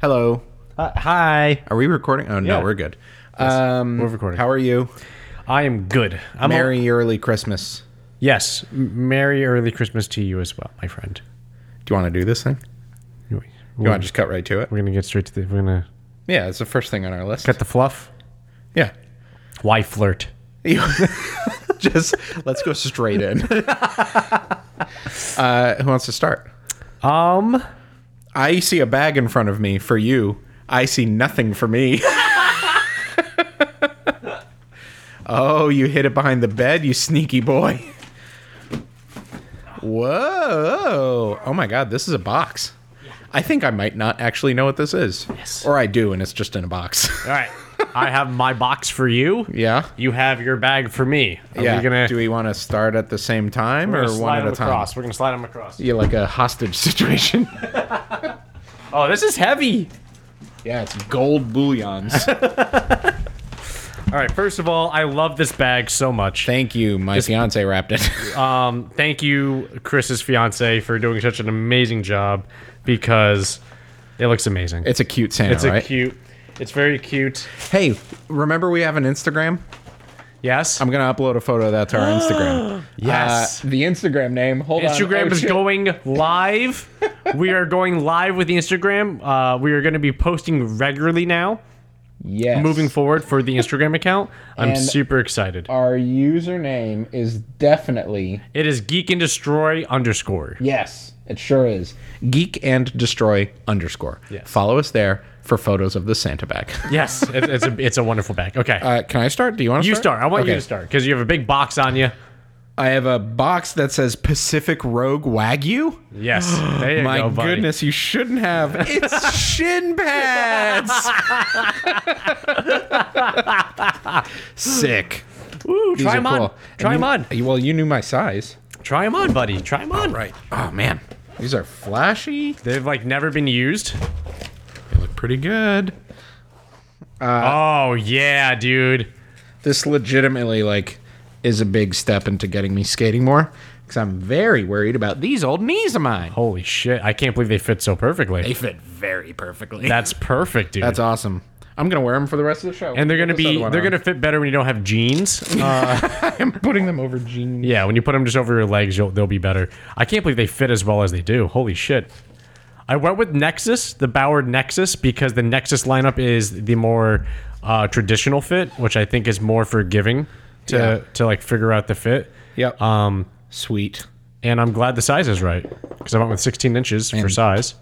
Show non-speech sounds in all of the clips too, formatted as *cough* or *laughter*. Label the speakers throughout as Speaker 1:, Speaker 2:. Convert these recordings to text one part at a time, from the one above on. Speaker 1: Hello.
Speaker 2: Uh, hi.
Speaker 1: Are we recording? Oh no,
Speaker 2: Yeah.
Speaker 1: we're good. Um,
Speaker 2: we're recording.
Speaker 1: How are you?
Speaker 2: I am good. I'm all-
Speaker 1: Merry early Christmas.
Speaker 2: yes. M- Merry early Christmas to you as well, my friend.
Speaker 1: Do you want to do this thing?
Speaker 2: We're,
Speaker 1: You want to just cut right to it?
Speaker 2: we're gonna get straight to the. We're gonna
Speaker 1: Yeah, it's the first thing on our list.
Speaker 2: cut the fluff.
Speaker 1: yeah.
Speaker 2: Why flirt?
Speaker 1: You- just let's go straight in. *laughs* uh, who wants to start?
Speaker 2: Um.
Speaker 1: I see a bag in front of me for you. I see nothing for me. *laughs* oh, you hid it behind the bed, you sneaky boy. Whoa. Oh my god, this is a box. I think I might not actually know what this is.
Speaker 2: Yes.
Speaker 1: Or I do, and it's just in a box. *laughs*
Speaker 2: All right. I have my box for you.
Speaker 1: yeah.
Speaker 2: You have your bag for me. Are
Speaker 1: yeah.
Speaker 2: We gonna,
Speaker 1: do we want to start at the same time
Speaker 2: we're
Speaker 1: or
Speaker 2: gonna
Speaker 1: one
Speaker 2: slide
Speaker 1: at a
Speaker 2: them
Speaker 1: time?
Speaker 2: across. We're gonna slide them across.
Speaker 1: Yeah, like a hostage *laughs* situation.
Speaker 2: Oh, this is heavy.
Speaker 1: yeah, it's gold bullions.
Speaker 2: All right. First of all, I love this bag so
Speaker 1: *laughs*
Speaker 2: much.
Speaker 1: Thank you. My fiance wrapped
Speaker 2: *laughs*
Speaker 1: it.
Speaker 2: Um, thank you, Chris's fiance, for doing such an amazing job because it looks amazing.
Speaker 1: It's a cute Santa,
Speaker 2: It's
Speaker 1: right?
Speaker 2: a cute. It's very cute.
Speaker 1: hey, remember we have an Instagram?
Speaker 2: Yes.
Speaker 1: I'm gonna upload a photo of that
Speaker 2: *gasps*
Speaker 1: to our Instagram.
Speaker 2: Yes.
Speaker 1: Uh, the Instagram name. Hold on.
Speaker 2: Instagram
Speaker 1: Oh,
Speaker 2: is
Speaker 1: shit.
Speaker 2: going
Speaker 1: *laughs*
Speaker 2: live. we are going live with the Instagram. Uh, we are going to be posting regularly now,
Speaker 1: Yes.
Speaker 2: moving forward for the Instagram account. I'm
Speaker 1: And-
Speaker 2: super excited.
Speaker 1: Our username is definitely
Speaker 2: It is geek and destroy underscore.
Speaker 1: yes. It sure is. Geek and destroy underscore.
Speaker 2: Yes.
Speaker 1: Follow us there for photos of the Santa
Speaker 2: *laughs*
Speaker 1: bag.
Speaker 2: Yes, it, it's a it's a wonderful bag. Okay,
Speaker 1: Uh, can I start? Do you want to
Speaker 2: you start. I want you to start because you have a big box on you.
Speaker 1: I have a box that says Pacific Rogue Wagyu. *gasps*
Speaker 2: Yes. There you
Speaker 1: My
Speaker 2: go, buddy.
Speaker 1: goodness, you shouldn't have.
Speaker 2: *laughs*
Speaker 1: It's shin pads. Sick.
Speaker 2: Ooh,
Speaker 1: These
Speaker 2: try
Speaker 1: are
Speaker 2: them on.
Speaker 1: cool. And
Speaker 2: Try
Speaker 1: you-
Speaker 2: them on.
Speaker 1: Well, you knew my size.
Speaker 2: Try them on, buddy. Try them on.
Speaker 1: Right. Oh man, these are flashy.
Speaker 2: They've like never been used.
Speaker 1: They look pretty good. Uh,
Speaker 2: oh yeah, dude.
Speaker 1: This legitimately like is a big step into getting me skating more because I'm very worried about these old knees of mine.
Speaker 2: Holy shit! I can't believe they fit so perfectly.
Speaker 1: They fit very perfectly.
Speaker 2: That's perfect, dude.
Speaker 1: That's awesome. I'm gonna wear them for the rest of the show.
Speaker 2: and they're
Speaker 1: Put
Speaker 2: gonna
Speaker 1: this
Speaker 2: be
Speaker 1: other one
Speaker 2: they're
Speaker 1: on.
Speaker 2: gonna fit better when you don't have jeans.
Speaker 1: *laughs*
Speaker 2: Uh,
Speaker 1: I'm putting them over jeans.
Speaker 2: yeah, when you put them just over your legs, you'll, they'll be better. I can't believe they fit as well as they do. Holy shit! I went with Nexus, the Bauer Nexus, because the Nexus lineup is the more uh, traditional fit, which I think is more forgiving to
Speaker 1: Yeah.
Speaker 2: to like figure out the fit.
Speaker 1: Yep.
Speaker 2: Um,
Speaker 1: Sweet.
Speaker 2: and I'm glad the size is right because I went with 16 inches for size.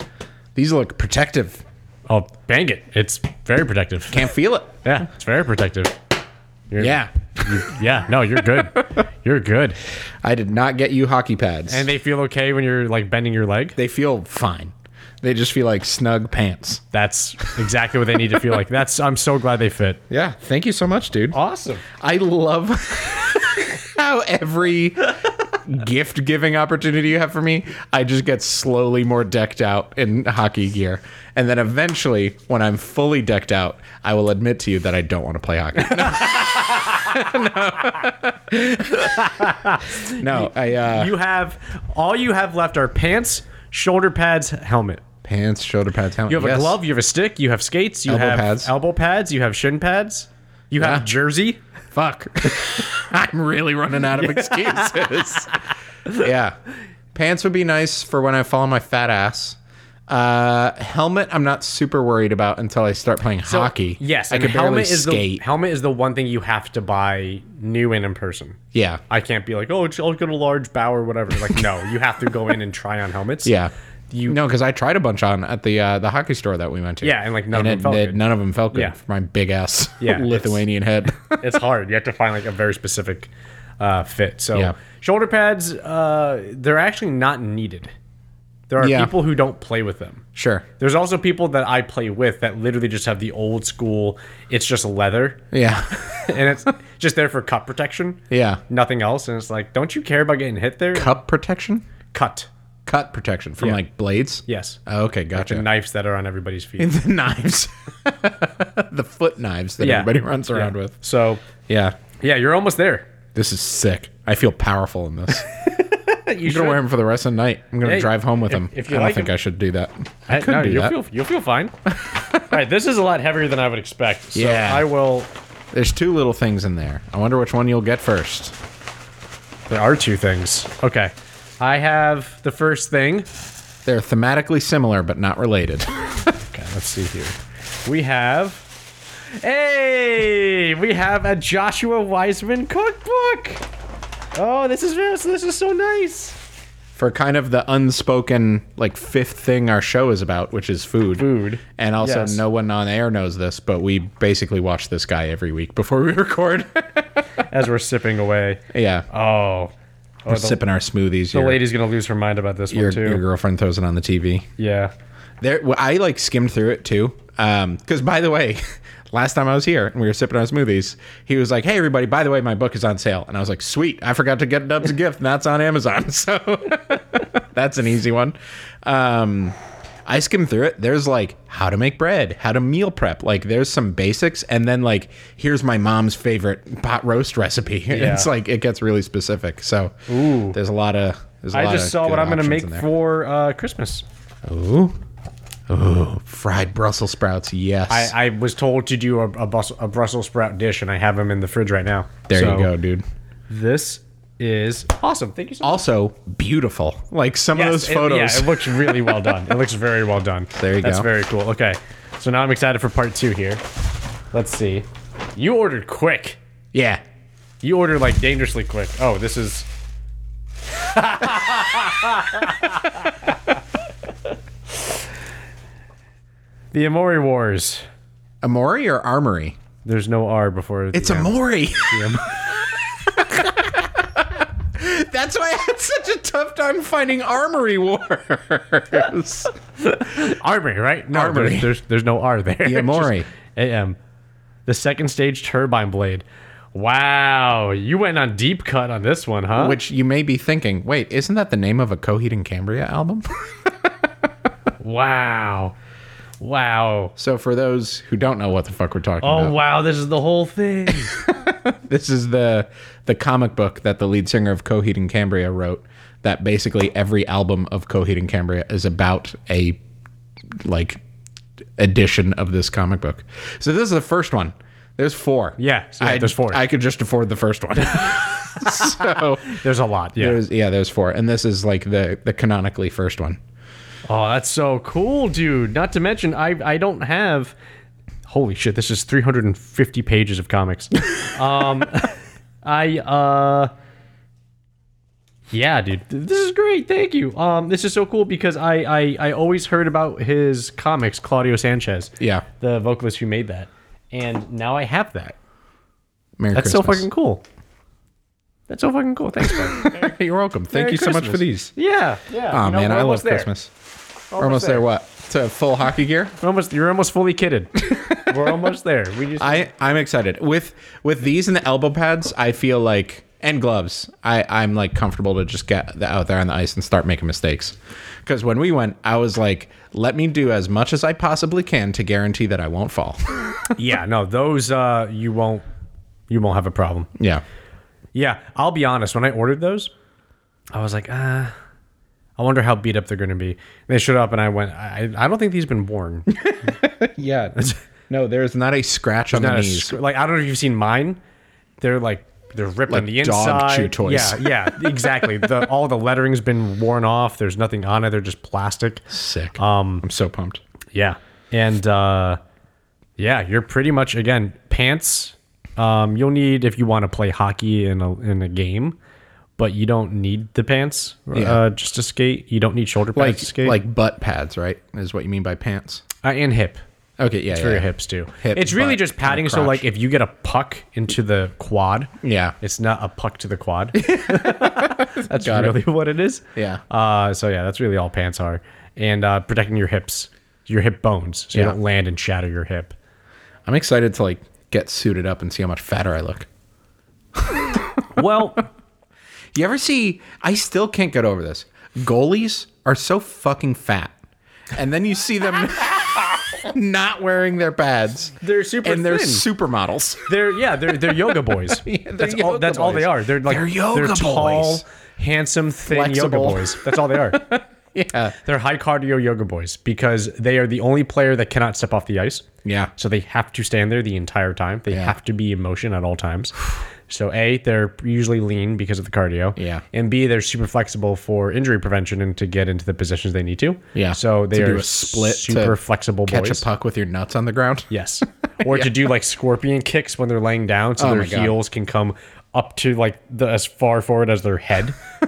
Speaker 1: These look protective.
Speaker 2: Oh, bang it! It's very protective.
Speaker 1: Can't feel it.
Speaker 2: Yeah, it's very protective. You're-
Speaker 1: Yeah.
Speaker 2: Yeah, no, you're
Speaker 1: *laughs*
Speaker 2: good. you're good.
Speaker 1: I did not get you hockey pads.
Speaker 2: And they feel okay when you're like bending your leg.
Speaker 1: they feel fine. They just feel like snug pants.
Speaker 2: That's exactly what they need to feel like. That's I'm so glad they fit.
Speaker 1: Yeah. Thank you so much, dude.
Speaker 2: Awesome.
Speaker 1: I love *laughs* how every gift giving opportunity you have for me, I just get slowly more decked out in hockey gear. And then eventually, when I'm fully decked out, I will admit to you that I don't want to play hockey. *laughs* No. *laughs* no, I uh,
Speaker 2: You have all you have left are pants, shoulder pads, helmet.
Speaker 1: pants, shoulder pads, helmet.
Speaker 2: You have
Speaker 1: yes.
Speaker 2: a glove, you have a stick, you have skates, you
Speaker 1: Elbow
Speaker 2: have
Speaker 1: pads.
Speaker 2: elbow pads, you have shin pads, you have
Speaker 1: Yeah.
Speaker 2: jersey.
Speaker 1: Fuck. *laughs* I'm really running
Speaker 2: *laughs*
Speaker 1: out of excuses. yeah. Pants would be nice for when I fall on my fat ass. Uh, helmet, I'm not super worried about until I start playing hockey.
Speaker 2: Yes,
Speaker 1: I
Speaker 2: and
Speaker 1: could barely
Speaker 2: helmet is
Speaker 1: skate.
Speaker 2: the helmet is the one thing you have to buy new and in person.
Speaker 1: yeah,
Speaker 2: I can't be like, oh, it's- I'll get a large bow or whatever. Like, no, you have to go in and try on
Speaker 1: *laughs*
Speaker 2: helmets.
Speaker 1: yeah.
Speaker 2: You-
Speaker 1: no, because I tried a bunch on at the uh, the hockey store that we went to.
Speaker 2: Yeah, and, like, none of them
Speaker 1: it-
Speaker 2: felt
Speaker 1: they-
Speaker 2: good.
Speaker 1: None of them felt good
Speaker 2: Yeah.
Speaker 1: for my big ass
Speaker 2: *laughs* Yeah,
Speaker 1: *laughs*
Speaker 2: it's-
Speaker 1: Lithuanian head.
Speaker 2: *laughs* it's hard. You have to find like a very specific uh, fit. So
Speaker 1: Yeah.
Speaker 2: shoulder pads, uh, they're actually not needed. There are
Speaker 1: Yeah.
Speaker 2: people who don't play with them.
Speaker 1: sure.
Speaker 2: There's also people that I play with that literally just have the old school. It's just leather, *laughs*
Speaker 1: Yeah.
Speaker 2: and it's just there for cut protection.
Speaker 1: Yeah.
Speaker 2: Nothing else. And it's like, don't you care about getting hit there?
Speaker 1: Cup protection?
Speaker 2: Cut.
Speaker 1: Cut protection from like blades?
Speaker 2: Yes.
Speaker 1: Oh, okay, gotcha.
Speaker 2: The knives that are on everybody's feet. *laughs*
Speaker 1: in the knives, the foot knives that
Speaker 2: Yeah.
Speaker 1: everybody runs around
Speaker 2: Yeah.
Speaker 1: with.
Speaker 2: So
Speaker 1: Yeah,
Speaker 2: yeah, you're almost there.
Speaker 1: this is sick. I feel powerful in this.
Speaker 2: you
Speaker 1: I'm gonna wear them for the rest of the night. I'm gonna
Speaker 2: Hey,
Speaker 1: drive home with
Speaker 2: if-
Speaker 1: them.
Speaker 2: if
Speaker 1: I
Speaker 2: you
Speaker 1: don't
Speaker 2: like
Speaker 1: think
Speaker 2: 'em-
Speaker 1: I should do that. I,
Speaker 2: I,
Speaker 1: could
Speaker 2: no,
Speaker 1: do
Speaker 2: you'll
Speaker 1: that.
Speaker 2: feel you'll
Speaker 1: *laughs*
Speaker 2: feel fine. All right, this is a lot heavier than I would expect. So
Speaker 1: Yeah.
Speaker 2: I will.
Speaker 1: There's two little things in there. I wonder which one you'll get first.
Speaker 2: There are two things. Okay, I have the first thing.
Speaker 1: They're thematically similar but not related.
Speaker 2: Okay, let's see here. We have. Hey, we have a Joshua Wiseman cookbook. Oh, this is this is so nice.
Speaker 1: for kind of the unspoken like fifth thing our show is about, which is food.
Speaker 2: Food.
Speaker 1: And also
Speaker 2: Yes.
Speaker 1: no one on air knows this, but we basically watch this guy every week before we *laughs* record.
Speaker 2: As we're sipping away.
Speaker 1: yeah.
Speaker 2: Oh, oh
Speaker 1: We're
Speaker 2: the,
Speaker 1: sipping our smoothies.
Speaker 2: the
Speaker 1: your,
Speaker 2: lady's gonna lose her mind about this
Speaker 1: your,
Speaker 2: one too.
Speaker 1: your girlfriend throws it on the TV.
Speaker 2: yeah.
Speaker 1: There well, I like skimmed through it too. Um, cuz by the way, *laughs* last time I was here and we were sipping our smoothies, he was like, "Hey everybody, by the way, my book is on sale." And I was like, "Sweet. I forgot to get Dub's gift, and that's on Amazon." *laughs* So that's an easy one. Um, I skimmed through it. There's like how to make bread, how to meal prep. Like there's some basics, and then like here's my mom's favorite pot roast recipe. *laughs* It's like it gets really specific. So
Speaker 2: Ooh.
Speaker 1: there's a lot of. There's a
Speaker 2: I
Speaker 1: lot
Speaker 2: just
Speaker 1: of
Speaker 2: saw
Speaker 1: good
Speaker 2: what I'm gonna
Speaker 1: options
Speaker 2: make
Speaker 1: in there.
Speaker 2: for uh, Christmas.
Speaker 1: Ooh. Ooh, fried Brussels sprouts. Yes.
Speaker 2: I, I was told to do a, a, bus, a Brussels sprout dish, and I have them in the fridge right now.
Speaker 1: there
Speaker 2: So,
Speaker 1: you go, dude.
Speaker 2: This is awesome. Thank you so much.
Speaker 1: Also beautiful. Like some of those
Speaker 2: Yes, it-
Speaker 1: photos.
Speaker 2: yeah, it looks really well done. It looks very well *laughs* done.
Speaker 1: There you
Speaker 2: That's
Speaker 1: go.
Speaker 2: very cool. Okay, so now I'm excited for part two here. Let's see. You ordered quick.
Speaker 1: yeah.
Speaker 2: You ordered like dangerously quick. Oh, this is. the Amori Wars.
Speaker 1: Amori or Armory?
Speaker 2: There's no R before.
Speaker 1: It's Amori. *laughs* That's why I had such a tough time finding Armory Wars.
Speaker 2: Armory, right? No,
Speaker 1: Armory.
Speaker 2: There's, there's there's no R there. *laughs*
Speaker 1: The Amori.
Speaker 2: Just AM. The second stage turbine blade. Wow, you went on deep cut on this one, huh?
Speaker 1: *laughs* Which you may be thinking, wait, isn't that the name of a Coheed and Cambria album? *laughs*
Speaker 2: wow, wow.
Speaker 1: so for those who don't know what the fuck we're talking
Speaker 2: Oh
Speaker 1: about,
Speaker 2: wow, this is the whole thing.
Speaker 1: This is the the comic book that the lead singer of Coheed and Cambria wrote. That basically every album of Coheed and Cambria is about a like edition of this comic book. So this is the first one. There's four.
Speaker 2: Yeah, so
Speaker 1: I,
Speaker 2: there's four.
Speaker 1: I could just afford the first
Speaker 2: *laughs*
Speaker 1: one. so
Speaker 2: *laughs* there's a lot. Yeah.
Speaker 1: there's yeah, there's four, and this is like the the canonically first one.
Speaker 2: Oh, that's so cool, dude. Not to mention, I I don't have. Holy shit! This is 350 pages
Speaker 1: *laughs*
Speaker 2: of comics. um, I uh. Yeah, dude, Th- this is great. Thank you. Um, this is so cool because I, I I always heard about his comics, Claudio Sanchez.
Speaker 1: Yeah.
Speaker 2: the vocalist who made that, and now I have that.
Speaker 1: Merry
Speaker 2: That's so
Speaker 1: Christmas.
Speaker 2: fucking cool. That's so fucking cool. Thanks, man.
Speaker 1: *laughs* You're welcome. Thank
Speaker 2: Merry
Speaker 1: you so much
Speaker 2: Christmas.
Speaker 1: for these.
Speaker 2: yeah, yeah.
Speaker 1: Oh
Speaker 2: you know,
Speaker 1: man,
Speaker 2: we're
Speaker 1: I love
Speaker 2: almost there.
Speaker 1: Christmas. We're almost there. What to full hockey gear?
Speaker 2: We're almost, you're almost
Speaker 1: *laughs*
Speaker 2: fully kitted. We're almost there. We just
Speaker 1: I I'm excited with with these and the elbow pads. I feel like and gloves. I I'm like comfortable to just get the, out there on the ice and start making mistakes. Because when we went, I was like, let me do as much as I possibly can to guarantee that I won't fall. *laughs*
Speaker 2: yeah, no, those uh, you won't you won't have a problem.
Speaker 1: yeah,
Speaker 2: Yeah, I'll be honest. When I ordered those, I was like, uh, I wonder how beat up they're going to be. And they showed up, and I went, I, I don't think these been
Speaker 1: *laughs*
Speaker 2: worn.
Speaker 1: yeah. *laughs* No, there is not a scratch on
Speaker 2: Not
Speaker 1: the
Speaker 2: a
Speaker 1: knees.
Speaker 2: sc- like I don't know if you've seen mine. They're like they're ripped on the inside.
Speaker 1: dog chew toys.
Speaker 2: Yeah, yeah, exactly. the, all the lettering's been worn off. There's nothing on it. They're just plastic.
Speaker 1: Sick. Um, I'm so pumped.
Speaker 2: Yeah. And uh yeah, you're pretty much again pants. Um you'll need if you want to play hockey in a in a game, but you don't need the pants uh just to skate. You don't need shoulder pads
Speaker 1: Like
Speaker 2: to skate.
Speaker 1: like butt pads, right? Is what you mean by pants?
Speaker 2: uh, and hip.
Speaker 1: Okay, yeah,
Speaker 2: For
Speaker 1: yeah.
Speaker 2: your hips too.
Speaker 1: Hip,
Speaker 2: it's really
Speaker 1: butt,
Speaker 2: just
Speaker 1: and the
Speaker 2: padding so
Speaker 1: crotch.
Speaker 2: like if you get a puck into the quad,
Speaker 1: Yeah.
Speaker 2: it's not a puck to
Speaker 1: *laughs*
Speaker 2: the quad. that's
Speaker 1: Got it.
Speaker 2: really what it is.
Speaker 1: Yeah.
Speaker 2: Uh, so yeah, that's really all pants are, and uh, protecting your hips, your hip bones, so
Speaker 1: Yeah.
Speaker 2: you don't land and shatter your hip.
Speaker 1: I'm excited to like get suited up and see how much fatter I look.
Speaker 2: Well,
Speaker 1: You ever see? I still can't get over
Speaker 2: *laughs*
Speaker 1: this. Goalies are so fucking fat, and then you see them. not wearing their pads.
Speaker 2: They're super
Speaker 1: and they're
Speaker 2: thin.
Speaker 1: supermodels.
Speaker 2: They're yeah, they're they're
Speaker 1: *laughs*
Speaker 2: yoga boys.
Speaker 1: they're
Speaker 2: that's all.
Speaker 1: yoga
Speaker 2: That's all they
Speaker 1: boys.
Speaker 2: are. They're like
Speaker 1: They're yoga
Speaker 2: tall,
Speaker 1: boys.
Speaker 2: handsome, thin
Speaker 1: Flexible.
Speaker 2: yoga boys. That's all they are.
Speaker 1: *laughs* yeah.
Speaker 2: they're high cardio yoga boys because they are the only player that cannot step off the ice.
Speaker 1: Yeah.
Speaker 2: So they have to stand there the entire time. They have to be in motion at all times. So a, they're usually lean because of the cardio.
Speaker 1: Yeah.
Speaker 2: And b, they're super flexible for injury prevention and to get into the positions they need to.
Speaker 1: Yeah.
Speaker 2: So they
Speaker 1: To
Speaker 2: are
Speaker 1: do a split to
Speaker 2: super flexible
Speaker 1: Catch
Speaker 2: Oh, boys.
Speaker 1: a puck with your nuts on the ground. *laughs*
Speaker 2: Yes. Or to do like scorpion kicks when they're laying down so their
Speaker 1: Oh my God.
Speaker 2: heels can come up to like the as far forward as their head
Speaker 1: *laughs*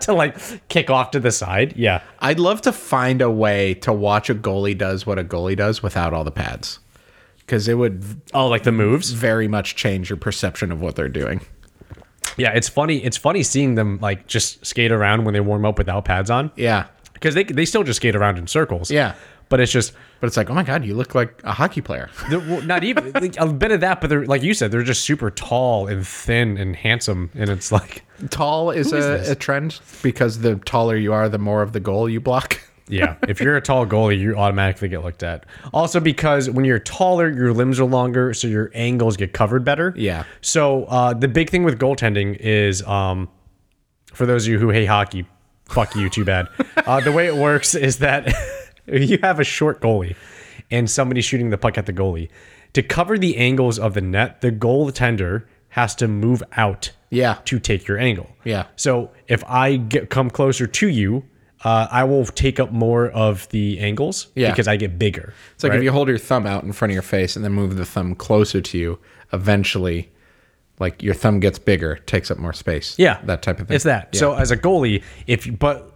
Speaker 2: to like kick off to the side. Yeah.
Speaker 1: I'd love to find a way to watch a goalie does what a goalie does without all the pads. Because it would
Speaker 2: Oh, like the moves.
Speaker 1: very much change your perception of what they're doing.
Speaker 2: Yeah, it's funny. It's funny seeing them like just skate around when they warm up without pads on
Speaker 1: Yeah.
Speaker 2: because they they still just skate around in circles.
Speaker 1: Yeah.
Speaker 2: But it's just
Speaker 1: But it's like, oh my God, you look like a hockey player. *laughs*
Speaker 2: they're- well, not even like, a bit of that, but they're like you said, they're just super tall and thin and handsome, and it's like,
Speaker 1: Tall is,
Speaker 2: is
Speaker 1: a,
Speaker 2: this?
Speaker 1: a trend because the taller you are, the more of the goal you block. *laughs*
Speaker 2: yeah, if you're a tall goalie, you automatically get looked at. Also, because when you're taller, your limbs are longer, so your angles get covered better.
Speaker 1: Yeah.
Speaker 2: So uh, the big thing with goaltending is, um, for those of you who hate hockey, fuck you, too bad. Uh, the way it works is that *laughs* you have a short goalie and somebody shooting the puck at the goalie. To cover the angles of the net, the goaltender has to move out
Speaker 1: Yeah.
Speaker 2: to take your angle.
Speaker 1: Yeah.
Speaker 2: So if I get come closer to you, uh, I will take up more of the angles
Speaker 1: Yeah.
Speaker 2: because I get bigger.
Speaker 1: It's like
Speaker 2: right?
Speaker 1: if you hold your thumb out in front of your face and then move the thumb closer to you, eventually, like your thumb gets bigger, takes up more space.
Speaker 2: Yeah,
Speaker 1: That type of thing.
Speaker 2: It's that.
Speaker 1: Yeah.
Speaker 2: So as a goalie, if you, but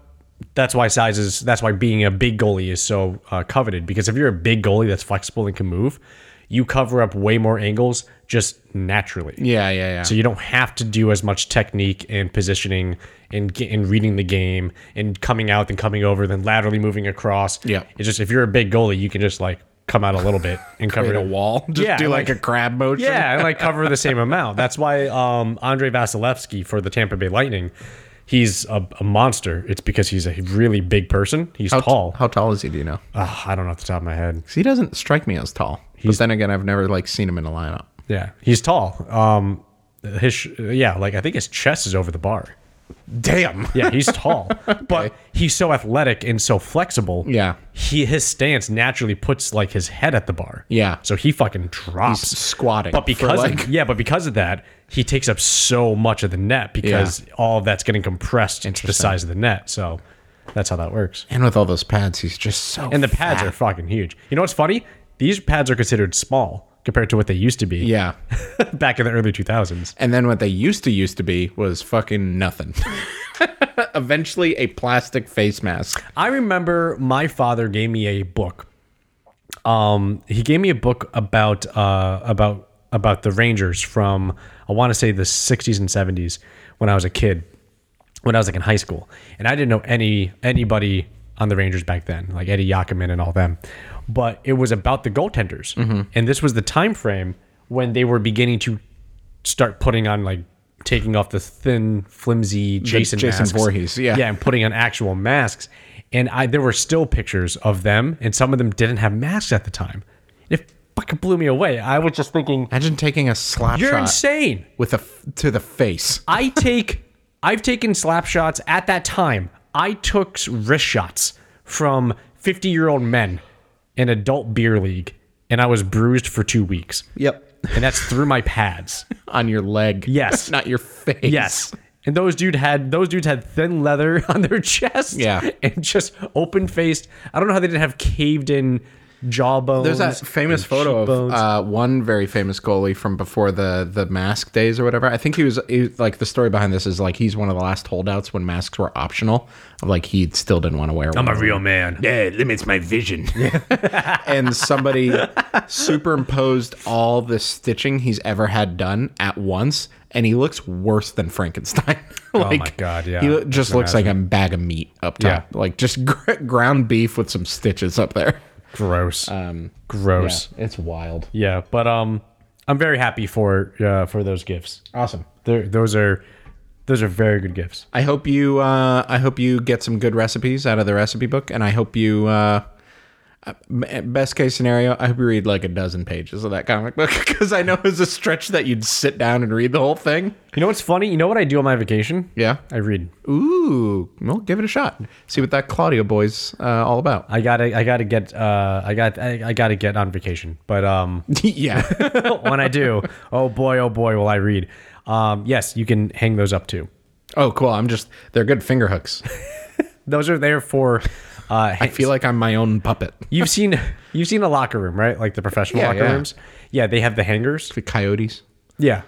Speaker 2: that's why size is that's why being a big goalie is so uh, coveted because if you're a big goalie that's flexible and can move, you cover up way more angles just naturally.
Speaker 1: yeah, yeah, yeah.
Speaker 2: So you don't have to do as much technique and positioning and ge- and reading the game and coming out then coming over then laterally moving across.
Speaker 1: Yeah.
Speaker 2: It's just if you're a big goalie, you can just like come out a little bit and cover
Speaker 1: Create
Speaker 2: it
Speaker 1: a wall. *laughs* Just
Speaker 2: Yeah,
Speaker 1: do like,
Speaker 2: like-
Speaker 1: a crab motion.
Speaker 2: yeah, and like cover the same amount. That's why um, Andre Vasilevsky for the Tampa Bay Lightning, he's a, a monster. It's because he's a really big person. He's
Speaker 1: How,
Speaker 2: tall.
Speaker 1: how tall is he? Do you know?
Speaker 2: Ugh, I don't know off the top of my head.
Speaker 1: 'Cause he doesn't strike me as tall. but then again, I've never like seen him in a lineup.
Speaker 2: Yeah, he's tall. Um, his sh- yeah, like I think his chest is over the bar.
Speaker 1: *laughs* Damn.
Speaker 2: Yeah, he's tall, but he's so athletic and so flexible.
Speaker 1: Yeah.
Speaker 2: he his stance naturally puts like his head at the bar.
Speaker 1: Yeah.
Speaker 2: so he fucking drops.
Speaker 1: Squatting.
Speaker 2: But
Speaker 1: for,
Speaker 2: because
Speaker 1: like,
Speaker 2: of, yeah, but because of that, he takes up so much of the net because all of that's getting compressed into the size of the net. So that's how that works.
Speaker 1: and with all those pads, he's just so.
Speaker 2: And the pads are fucking huge. You know what's funny? These pads are considered small compared to what they used to be
Speaker 1: yeah.
Speaker 2: *laughs* back in the early 2000s.
Speaker 1: And then what they used to used to be was fucking nothing. *laughs* Eventually, a plastic face mask.
Speaker 2: I remember my father gave me a book. Um, he gave me a book about uh, about about the Rangers from I want to say the '60s and '70s when I was a kid, when I was like in high school, and I didn't know any anybody on the Rangers back then, like Eddie Yakiman and all them. But it was about the goaltenders,
Speaker 1: Mm-hmm.
Speaker 2: and this was the time frame when they were beginning to start putting on like taking off the thin, flimsy Jason
Speaker 1: Jason
Speaker 2: masks.
Speaker 1: Voorhees, yeah.
Speaker 2: yeah, and putting on actual masks. And I there were still pictures of them, and some of them didn't have masks at the time. It fucking blew me away. I was just thinking,
Speaker 1: Imagine taking a slap
Speaker 2: you're
Speaker 1: shot
Speaker 2: insane.
Speaker 1: with a f- to the face.
Speaker 2: I take, I've taken slap shots at that time. I took wrist shots from 50 year old men in adult beer league, and I was bruised for two weeks.
Speaker 1: Yep.
Speaker 2: And that's through my pads.
Speaker 1: On your leg. *laughs*
Speaker 2: Yes.
Speaker 1: Not your face.
Speaker 2: Yes. And those dude had those dudes had thin leather *laughs* on their chest.
Speaker 1: Yeah.
Speaker 2: And just open faced. I don't know how they didn't have caved in jawbones.
Speaker 1: There's that famous
Speaker 2: and
Speaker 1: photo of
Speaker 2: cheekbones.
Speaker 1: uh, one very famous goalie from before the the mask days or whatever. I think he was, he, like the story behind this is like he's one of the last holdouts when masks were optional. Of like he still didn't want to wear one.
Speaker 2: I'm a real man.
Speaker 1: yeah, it limits my vision. and somebody superimposed all the stitching he's ever had done at once, and he looks worse than Frankenstein. *laughs* like,
Speaker 2: Oh my God, yeah.
Speaker 1: he
Speaker 2: I
Speaker 1: lo- just
Speaker 2: can
Speaker 1: looks like a bag of meat up top, like just gr- ground beef with some stitches up
Speaker 2: *laughs*
Speaker 1: there.
Speaker 2: Gross. Um gross.
Speaker 1: it's wild.
Speaker 2: Yeah. But um I'm very happy for uh, for those gifts.
Speaker 1: Awesome.
Speaker 2: They're, those are those are very good gifts.
Speaker 1: I hope you. Uh, I hope you get some good recipes out of the recipe book, and I hope you. Uh, M- Best case scenario, I read like a dozen pages of that comic book *laughs* because I know it's a stretch that you'd sit down and read the whole thing.
Speaker 2: You know what's funny? You know what I do on my vacation?
Speaker 1: Yeah.
Speaker 2: I read.
Speaker 1: Ooh, well, give it a shot. See what that Claudio boy's uh, all about.
Speaker 2: I gotta, I gotta get, uh, I got, I, I gotta get on vacation. But um,
Speaker 1: *laughs*
Speaker 2: *laughs*
Speaker 1: yeah.
Speaker 2: when I do, oh boy, oh boy, will I read. Um, yes, you can hang those up too.
Speaker 1: *laughs* oh, cool. I'm just, they're good finger hooks.
Speaker 2: Those are there for. Uh,
Speaker 1: I feel like I'm my own puppet.
Speaker 2: you've seen, you've seen a locker room, right? Like the professional
Speaker 1: Yeah,
Speaker 2: locker
Speaker 1: yeah.
Speaker 2: rooms. Yeah, they have the hangers.
Speaker 1: The coyotes.
Speaker 2: Yeah.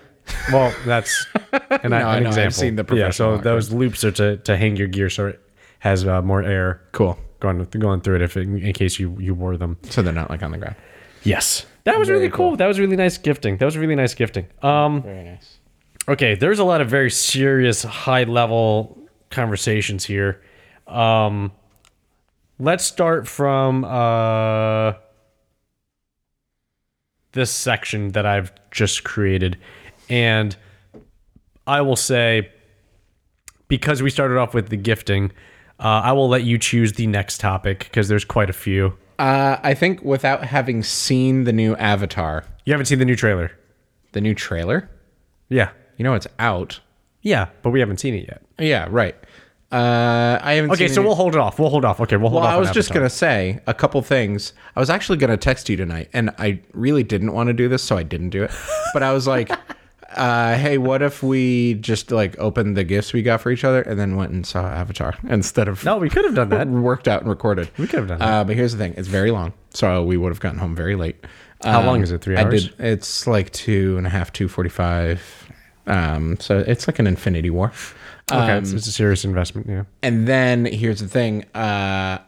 Speaker 2: Well,
Speaker 1: *laughs*
Speaker 2: that's an,
Speaker 1: I know,
Speaker 2: an
Speaker 1: I've
Speaker 2: example.
Speaker 1: seen the
Speaker 2: yeah,
Speaker 1: professional
Speaker 2: so
Speaker 1: locker
Speaker 2: those loops are to, to hang your gear so it has uh, more air
Speaker 1: Cool.
Speaker 2: going going through it if in, in case you you wore them.
Speaker 1: So they're not like on the ground.
Speaker 2: Yes. That was really cool. That was really nice gifting. That was really nice gifting. Um
Speaker 1: Very nice.
Speaker 2: okay, there's a lot of very serious high level conversations here. Um let's start from uh this section that I've just created. And I will say, because we started off with the gifting, uh, I will let you choose the next topic because there's quite a few.
Speaker 1: Uh, I think without having seen the new Avatar,
Speaker 2: You haven't seen the new trailer.
Speaker 1: the new trailer,
Speaker 2: Yeah.
Speaker 1: you know it's out.
Speaker 2: Yeah, but we haven't seen it yet.
Speaker 1: Yeah, right. Uh, I haven't.
Speaker 2: Okay,
Speaker 1: seen
Speaker 2: so
Speaker 1: any-
Speaker 2: we'll hold it off. We'll hold off. Okay, we'll hold
Speaker 1: Well,
Speaker 2: off.
Speaker 1: I
Speaker 2: on
Speaker 1: was just
Speaker 2: Avatar.
Speaker 1: gonna say a couple things. I was actually gonna text you tonight, and I really didn't want to do this, so I didn't do it. But I was like, *laughs* uh, "Hey, what if we just like opened the gifts we got for each other, and then went and saw Avatar *laughs* instead of
Speaker 2: No, we could have done *laughs* that.
Speaker 1: worked out and recorded? We
Speaker 2: could have done that.
Speaker 1: Uh, but here's the thing: it's very long, so we would have gotten home very late. Um,
Speaker 2: How long is it? Three
Speaker 1: I
Speaker 2: hours.
Speaker 1: did. It's like two and a half, two forty-five. Um, so it's like an Infinity War.
Speaker 2: Okay, it's, it's a serious investment. Yeah.
Speaker 1: And then here's the thing. Uh,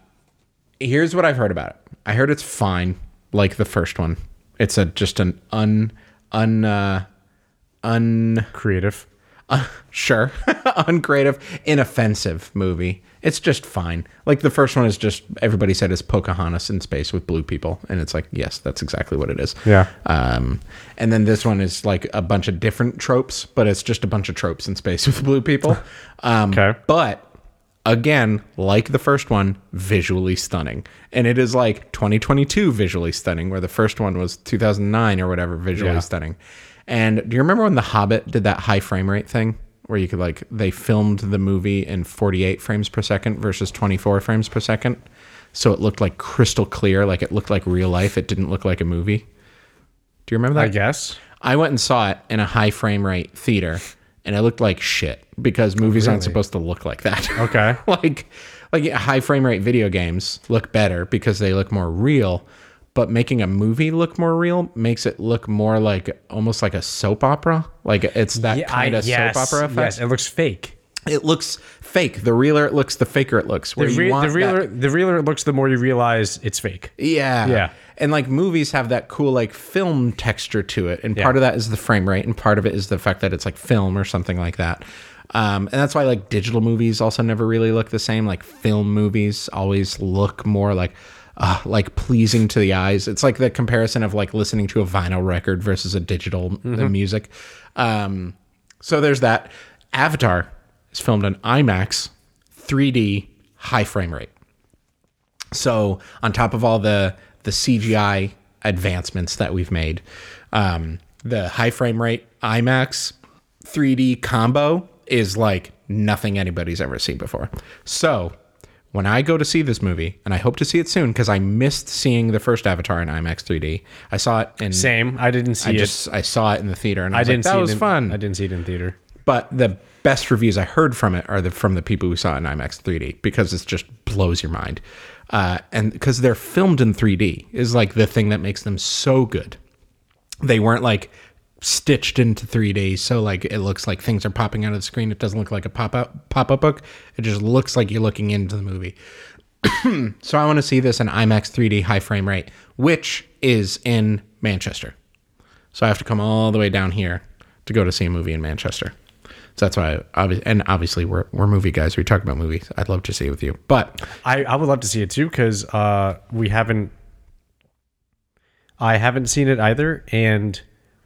Speaker 1: here's what I've heard about it. I heard it's fine, like the first one. It's a just an un un uh, un
Speaker 2: Creative.
Speaker 1: uh, *laughs* sure uncreative, inoffensive movie. It's just fine. Like the first one is just everybody said it's Pocahontas in space with blue people, and it's like yes, that's exactly what it is.
Speaker 2: Yeah.
Speaker 1: Um, and then this one is like a bunch of different tropes, but it's just a bunch of tropes in space *laughs* with blue people. Um,
Speaker 2: Okay.
Speaker 1: But again, like the first one, visually stunning. And it is like 2022 visually stunning, where the first one was 2009 or whatever, visually
Speaker 2: Yeah.
Speaker 1: stunning. And do you remember when The Hobbit did that high frame rate thing? Where you could like, they filmed the movie in 48 frames per second versus 24 frames per second. So it looked like crystal clear, like it looked like real life. It didn't look like a movie. Do you remember that?
Speaker 2: I guess.
Speaker 1: I went and saw it in a high frame rate theater, and it looked like shit because movies aren't supposed to look like that.
Speaker 2: Okay.
Speaker 1: *laughs* like, like yeah, high frame rate video games look better because they look more real, but making a movie look more real makes it look more like almost like a soap opera. Like it's that kind of soap opera effect.
Speaker 2: Yes, it looks fake.
Speaker 1: It looks fake. The realer it looks, the faker it looks. Where
Speaker 2: The,
Speaker 1: you
Speaker 2: re-
Speaker 1: want
Speaker 2: the
Speaker 1: that-
Speaker 2: realer, the realer it looks, the more you realize it's fake.
Speaker 1: Yeah.
Speaker 2: Yeah.
Speaker 1: And like movies have that cool like film texture to it. And part of that is the frame rate and part of it is the fact that it's like film or something like that. Um, and that's why like digital movies also never really look the same. Like film movies always look more like uh, like pleasing to the eyes. It's like the comparison of like listening to a vinyl record versus a digital uh, music. Um, so there's that. Avatar is filmed on IMAX, 3D, high frame rate. So on top of all the the CGI advancements that we've made, um, the high frame rate IMAX 3D combo is like nothing anybody's ever seen before. So when I go to see this movie, and I hope to see it soon because I missed seeing the first Avatar in IMAX 3D. I saw it in
Speaker 2: Same. I didn't see
Speaker 1: I
Speaker 2: it.
Speaker 1: just I saw it in the theater, and I,
Speaker 2: I
Speaker 1: was
Speaker 2: didn't
Speaker 1: like,
Speaker 2: see
Speaker 1: that
Speaker 2: it.
Speaker 1: was
Speaker 2: in,
Speaker 1: fun.
Speaker 2: I didn't see it in theater.
Speaker 1: But the best reviews I heard from it are the, from the people who saw it in IMAX 3D because it just blows your mind. Uh, and because they're filmed in 3D is like the thing that makes them so good. They weren't like stitched into 3D, so like it looks like things are popping out of the screen. It doesn't look like a pop up pop up book. It just looks like you're looking into the movie. *clears throat* so I want to see this in IMAX 3D high frame rate, which is in Manchester. So I have to come all the way down here to go to see a movie in Manchester. So that's why, I, obvi- and obviously we're we're movie guys. We talk about movies. I'd love to see it with you, but
Speaker 2: I, I would love to see it too because uh, we haven't. I haven't seen it either, and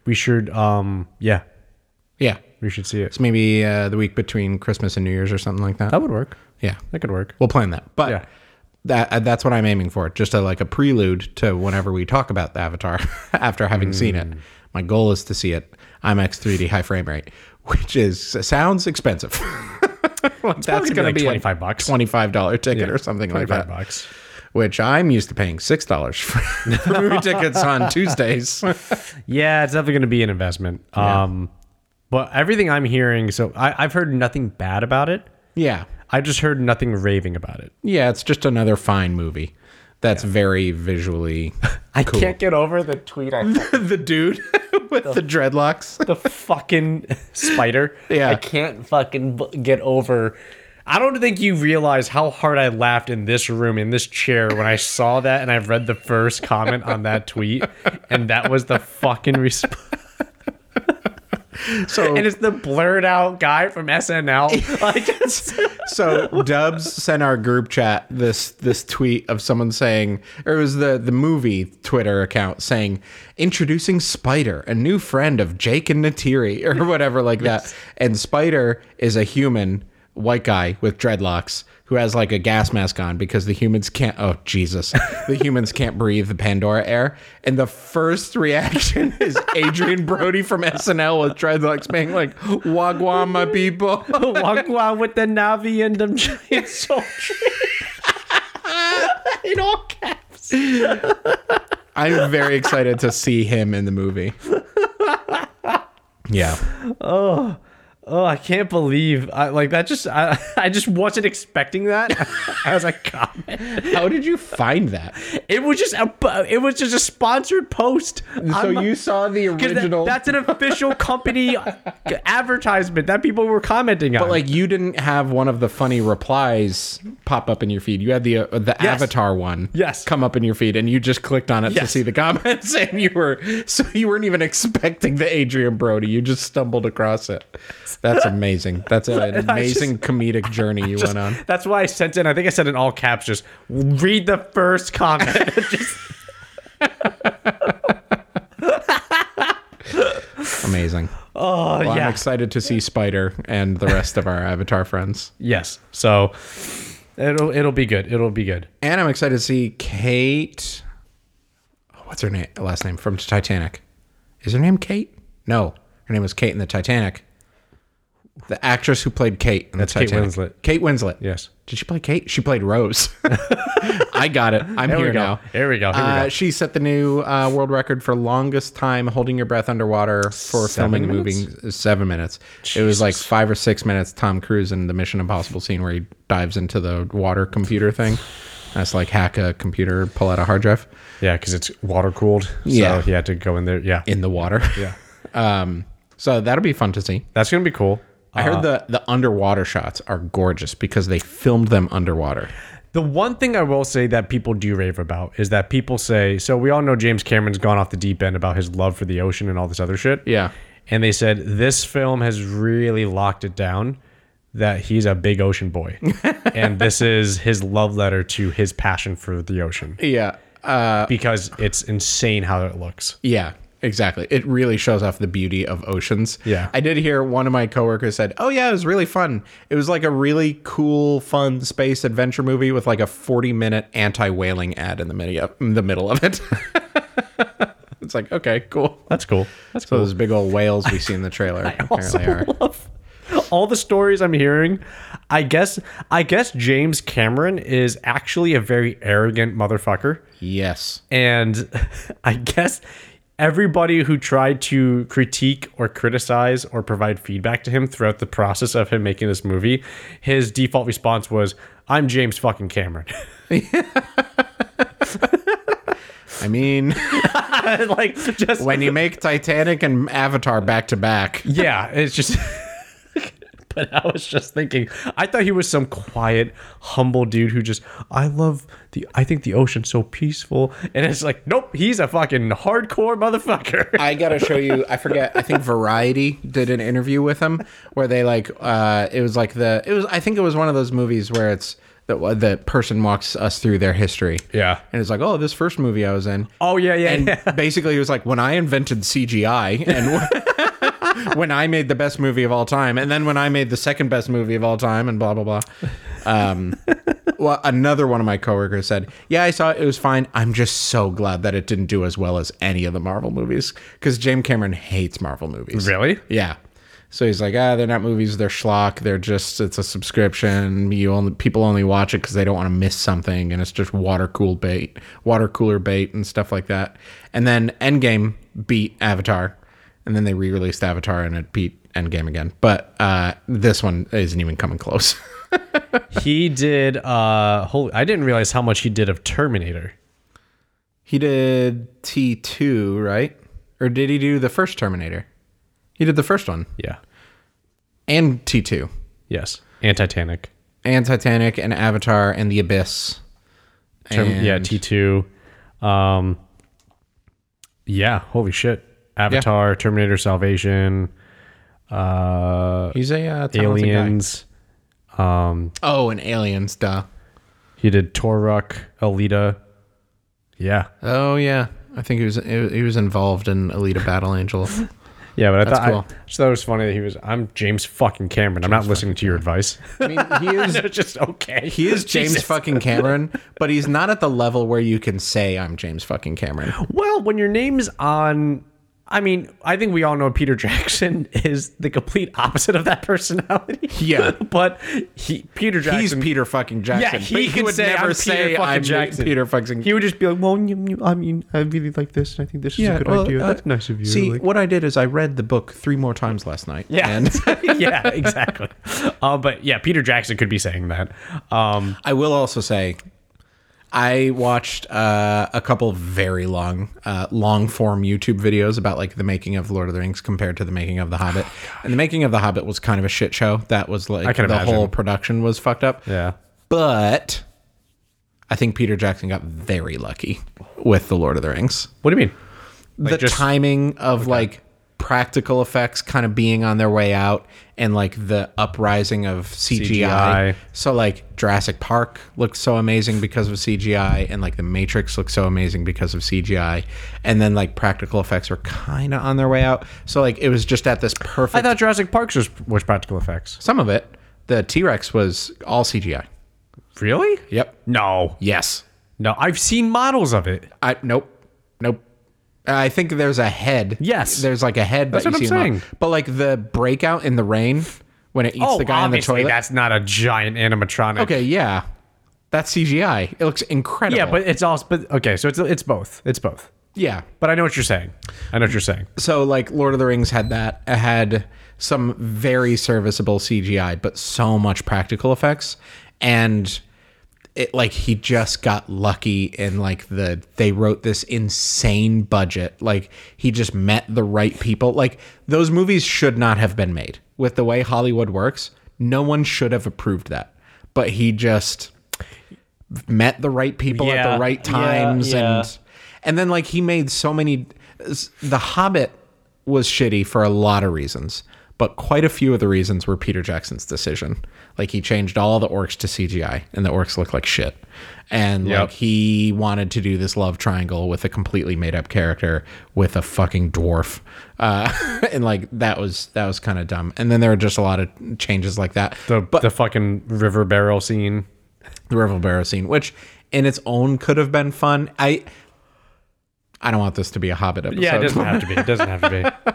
Speaker 2: we should. Um, yeah,
Speaker 1: yeah,
Speaker 2: we should see it.
Speaker 1: it's maybe uh, the week between Christmas and New Year's or something like that.
Speaker 2: That would work.
Speaker 1: Yeah,
Speaker 2: That could work.
Speaker 1: we'll plan that. But
Speaker 2: Yeah.
Speaker 1: that uh, that's what I'm aiming for. Just a, like a prelude to whenever we talk about the Avatar *laughs* after having seen
Speaker 2: Mm.
Speaker 1: it. My goal is to see it IMAX 3D high frame rate, which is sounds expensive. *laughs* Like, that's
Speaker 2: gonna be
Speaker 1: going
Speaker 2: like
Speaker 1: to be, a
Speaker 2: 25 bucks.
Speaker 1: twenty-five dollar ticket or something like that. *laughs*
Speaker 2: Five bucks.
Speaker 1: Which I'm used to paying six dollars *laughs* for, for movie tickets on *laughs* Tuesdays.
Speaker 2: Yeah, it's definitely going to be an investment. Um, but everything I'm hearing, so I, I've heard nothing bad about it.
Speaker 1: yeah,
Speaker 2: I just heard nothing raving about it.
Speaker 1: yeah, it's just another fine movie. That's very visually.
Speaker 2: I can't get over the tweet. *laughs* I
Speaker 1: the dude *laughs* with the dreadlocks.
Speaker 2: the fucking spider.
Speaker 1: Yeah.
Speaker 2: I can't fucking b- get over. I don't think you realize how hard I laughed in this room, in this chair, when I saw that and I read the first comment on that tweet. And that was the fucking response.
Speaker 1: *laughs* So
Speaker 2: And it's the blurred out guy from *laughs* SNL. Like, it's,
Speaker 1: So Dubs sent our group chat this this tweet of someone saying, or it was the the movie Twitter account saying, introducing Spider, a new friend of Jake and Natiri, *laughs* or whatever like that. And Spider is a human white guy with dreadlocks who has like a gas mask on because the humans can't. Oh Jesus, the humans can't breathe the Pandora air. And the first reaction is Adrian Brody from SNL with dreadlocks being like, "Wagwan, my people." *laughs*
Speaker 2: Wagwa with the Navi and them *laughs* giant soldiers. In all caps.
Speaker 1: I'm very excited to see him in the movie. Yeah.
Speaker 2: Oh, I can't believe I like that just I, I just wasn't expecting that *laughs* as a comment.
Speaker 1: How did you find that?
Speaker 2: It was just a it was just a sponsored post.
Speaker 1: So you saw the
Speaker 2: 'Cause that-
Speaker 1: original
Speaker 2: that's an official *laughs* company advertisement that people were commenting on. But
Speaker 1: like you didn't have one of the funny replies pop up in your feed. You had the uh, the
Speaker 2: Yes.
Speaker 1: avatar one
Speaker 2: Yes.
Speaker 1: come up in your feed and you just clicked on it to
Speaker 2: Yes.
Speaker 1: see the comments *laughs* and you were so you weren't even expecting the Adrian Brody. You just stumbled across it. That's amazing. That's
Speaker 2: *laughs*
Speaker 1: an amazing comedic journey you went on.
Speaker 2: that's why I sent in. I think I said in all caps. Just read the first comment. Just-
Speaker 1: Amazing.
Speaker 2: *laughs* oh
Speaker 1: Well,
Speaker 2: yeah.
Speaker 1: I'm excited to see Spider and the rest of our avatar friends.
Speaker 2: yes. So it'll it'll be good. It'll be good.
Speaker 1: And I'm excited to see Kate. What's her name? Last name from Titanic. Is her name Kate? No, her name was Kate in the Titanic. The actress who played Kate in the
Speaker 2: Kate
Speaker 1: Titanic.
Speaker 2: Winslet.
Speaker 1: Kate Winslet.
Speaker 2: Yes.
Speaker 1: Did she play Kate? She played Rose. *laughs* I got it. I'm
Speaker 2: There
Speaker 1: here
Speaker 2: we go.
Speaker 1: now.
Speaker 2: There we go. Here we
Speaker 1: Uh,
Speaker 2: go.
Speaker 1: she set the new uh, world record for longest time holding your breath underwater for
Speaker 2: Seven
Speaker 1: filming
Speaker 2: minutes?
Speaker 1: moving seven minutes. It was like five or six minutes. Tom Cruise in the Mission Impossible scene where he dives into the water computer thing. That's like hack a computer, pull out a hard drive
Speaker 2: Yeah, because it's water cooled. So
Speaker 1: Yeah.
Speaker 2: he had to go in there. Yeah.
Speaker 1: in the *laughs* water.
Speaker 2: Yeah.
Speaker 1: Um, so that'll be fun to see.
Speaker 2: That's gonna be cool.
Speaker 1: I
Speaker 2: Uh-huh.
Speaker 1: heard the the underwater shots are gorgeous because they filmed them underwater.
Speaker 2: The one thing I will say that people do rave about is that people say, so we all know James Cameron's gone off the deep end about his love for the ocean and all this other shit.
Speaker 1: Yeah.
Speaker 2: And they said, this film has really locked it down that he's a big ocean
Speaker 1: *laughs*
Speaker 2: boy. and this is his love letter to his passion for the ocean
Speaker 1: Yeah. Uh,
Speaker 2: because it's insane how it looks.
Speaker 1: Yeah, exactly. It really shows off the beauty of oceans.
Speaker 2: Yeah.
Speaker 1: I did hear one of my coworkers said, "Oh yeah, it was really fun. It was like a really cool, fun space adventure movie with like a forty-minute anti-whaling ad in the middle, in the middle of it." *laughs* it's like, okay, cool.
Speaker 2: That's cool. That's
Speaker 1: So those big old whales we see in the
Speaker 2: *laughs*
Speaker 1: trailer
Speaker 2: also
Speaker 1: apparently are.
Speaker 2: love all the stories I'm hearing. I guess I guess James Cameron is actually a very arrogant motherfucker.
Speaker 1: Yes.
Speaker 2: And *laughs* I guess everybody who tried to critique or criticize or provide feedback to him throughout the process of him making this movie, his default response was, I'm James fucking Cameron. *laughs*
Speaker 1: I mean, *laughs*
Speaker 2: like, just.
Speaker 1: when you make Titanic and Avatar back to back,
Speaker 2: yeah, it's just. *laughs* but I was just thinking, I thought he was some quiet, humble dude who just, I love the, I think the ocean's so peaceful. And it's like, nope, he's a fucking hardcore motherfucker.
Speaker 1: I gotta show you. I forget. I think Variety did an interview with him where they like. Uh, it was like the. It was. I think it was one of those movies where it's the the person walks us through their history.
Speaker 2: Yeah.
Speaker 1: And it's like, oh, this first movie I was in.
Speaker 2: *laughs* Oh, yeah, yeah,
Speaker 1: And
Speaker 2: yeah. *laughs*
Speaker 1: basically, it was like when I invented CGI and. *laughs* when- When I made the best movie of all time, and then when I made the second best movie of all time, and blah blah blah, um, *laughs* well, another one of my coworkers said, "Yeah, I saw it. It was fine. I'm just so glad that it didn't do as well as any of the Marvel movies because James Cameron hates Marvel movies.
Speaker 2: Really?
Speaker 1: Yeah. So he's like, ah, they're not movies. They're schlock. They're just it's a subscription. You only people only watch it because they don't want to miss something, and it's just water cool bait, water cooler bait, and stuff like that. And then Endgame beat Avatar, and then they re-released Avatar and it beat Endgame again. But uh, this one isn't even coming close. *laughs*
Speaker 2: He did. Uh, holy, I didn't realize how much he did of Terminator.
Speaker 1: He did T two, right? Or did he do the first Terminator? He did the first one
Speaker 2: Yeah.
Speaker 1: and T two
Speaker 2: Yes. And Titanic.
Speaker 1: and Titanic and Avatar and The Abyss.
Speaker 2: Term- yeah.
Speaker 1: And-
Speaker 2: T two. Um. Yeah. Holy shit. Avatar, Terminator, Salvation, uh,
Speaker 1: He's a uh, talented guy.
Speaker 2: Aliens. Um.
Speaker 1: Oh, and Aliens, duh.
Speaker 2: He did Toruk, Alita. Yeah.
Speaker 1: Oh yeah, I think he was he was involved in Alita Battle
Speaker 2: *laughs*
Speaker 1: Angel.
Speaker 2: Yeah, but I thought
Speaker 1: cool.
Speaker 2: I just thought it was funny that he was. I'm James fucking Cameron. I'm not listening to your advice.
Speaker 1: I mean, he is
Speaker 2: *laughs* it's just okay.
Speaker 1: he is James
Speaker 2: Jesus.
Speaker 1: fucking Cameron, but he's not at the level where you can say I'm James fucking Cameron.
Speaker 2: Well, when your name's on, I mean, I think we all know Peter Jackson *laughs* is the complete opposite of that personality.
Speaker 1: Yeah.
Speaker 2: *laughs* but he Peter
Speaker 1: He's
Speaker 2: Jackson.
Speaker 1: Peter fucking Jackson.
Speaker 2: yeah,
Speaker 1: but
Speaker 2: he, could say, I'm Peter fucking Jackson.
Speaker 1: Peter fucking
Speaker 2: He would just be like, well, you- you- I mean,
Speaker 3: I really like this, and I think this is a good
Speaker 1: well,
Speaker 3: idea.
Speaker 1: uh,
Speaker 3: That's nice of you.
Speaker 1: See,
Speaker 3: like-
Speaker 1: what I did is I read the book three more times last night.
Speaker 2: yeah, *laughs*
Speaker 1: And
Speaker 2: yeah, *laughs* exactly. Uh, but yeah, Peter Jackson could be saying that. Um,
Speaker 1: I will also say, I watched uh, a couple very long, uh, long form YouTube videos about like the making of Lord of the Rings compared to the making of The
Speaker 2: *sighs*
Speaker 1: Hobbit. and the making of The Hobbit was kind of a shit show. That was like
Speaker 2: Oh, can
Speaker 1: the
Speaker 2: imagine.
Speaker 1: whole production was fucked up.
Speaker 2: yeah,
Speaker 1: But I think Peter Jackson got very lucky with The Lord of the Rings
Speaker 2: what do you mean?
Speaker 1: the
Speaker 2: just-
Speaker 1: timing of like practical effects kind of being on their way out and like the uprising of CGI.
Speaker 2: CGI.
Speaker 1: So like Jurassic Park looked so amazing because of CGI and like The Matrix looked so amazing because of CGI and then like practical effects were kind of on their way out. So like it was just at this perfect
Speaker 2: I thought Jurassic Parks was, was practical effects.
Speaker 1: some of it the T-Rex was all CGI.
Speaker 2: Really?
Speaker 1: Yep.
Speaker 2: No.
Speaker 1: Yes.
Speaker 2: No, I've seen models of it.
Speaker 1: I nope, nope. I think there's a head.
Speaker 2: Yes.
Speaker 1: there's like a head.
Speaker 2: That's
Speaker 1: that
Speaker 2: what
Speaker 1: you
Speaker 2: I'm
Speaker 1: see in
Speaker 2: saying. Oh,
Speaker 1: Mo- But like the breakout in the rain when it eats the guy in the
Speaker 2: obviously
Speaker 1: toilet.
Speaker 2: that's not a giant animatronic.
Speaker 1: okay, yeah, that's CGI. It looks incredible.
Speaker 2: Yeah, but it's also but okay, so it's it's both. It's both.
Speaker 1: yeah.
Speaker 2: But I know what you're saying. I know what you're saying.
Speaker 1: So like Lord of the Rings had that it had some very serviceable CGI, but so much practical effects and. It like he just got lucky in like the they wrote this insane budget. Like he just met the right people. Like those movies should not have been made with the way Hollywood works. No one should have approved that, but he just met the right people at
Speaker 2: Yeah,
Speaker 1: the right
Speaker 2: yeah,
Speaker 1: times
Speaker 2: yeah.
Speaker 1: and and then like he made so many the hobbit was shitty for a lot of reasons but quite a few of the reasons were peter jackson's decision like he changed all the orcs to cgi and the orcs look like shit and
Speaker 2: Yep.
Speaker 1: like he wanted to do this love triangle with a completely made up character with a fucking dwarf uh, *laughs* and like that was that was kind of dumb and then there were just a lot of changes like that
Speaker 2: The the fucking river barrel scene.
Speaker 1: the Revel Barrow scene, which in its own could have been fun. I I don't want this to be a Hobbit episode.
Speaker 2: Yeah, it doesn't have to be. It doesn't have to be.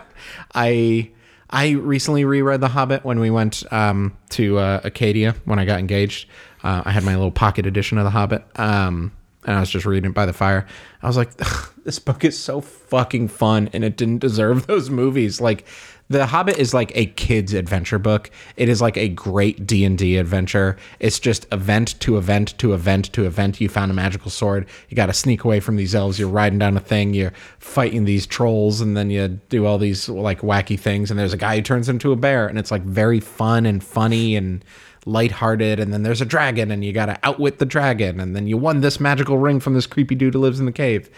Speaker 1: I I recently reread The Hobbit when we went um, to uh, Acadia when I got engaged. Uh, I had my little pocket edition of The Hobbit, um, and I was just reading it by the fire. I was like, *laughs* "Ugh, this book is so fucking fun, and it didn't deserve *laughs* those movies. Like, The Hobbit is like a kid's adventure book. It is like a great D and D adventure. It's just event to event to event to event. You found a magical sword. You got to sneak away from these elves. You're riding down a thing. You're fighting these trolls, and then you do all these like wacky things. And there's a guy who turns into a bear, and it's like very fun and funny and lighthearted. And then there's a dragon, and you got to outwit the dragon. And then you won this magical ring from this creepy dude who lives in the cave.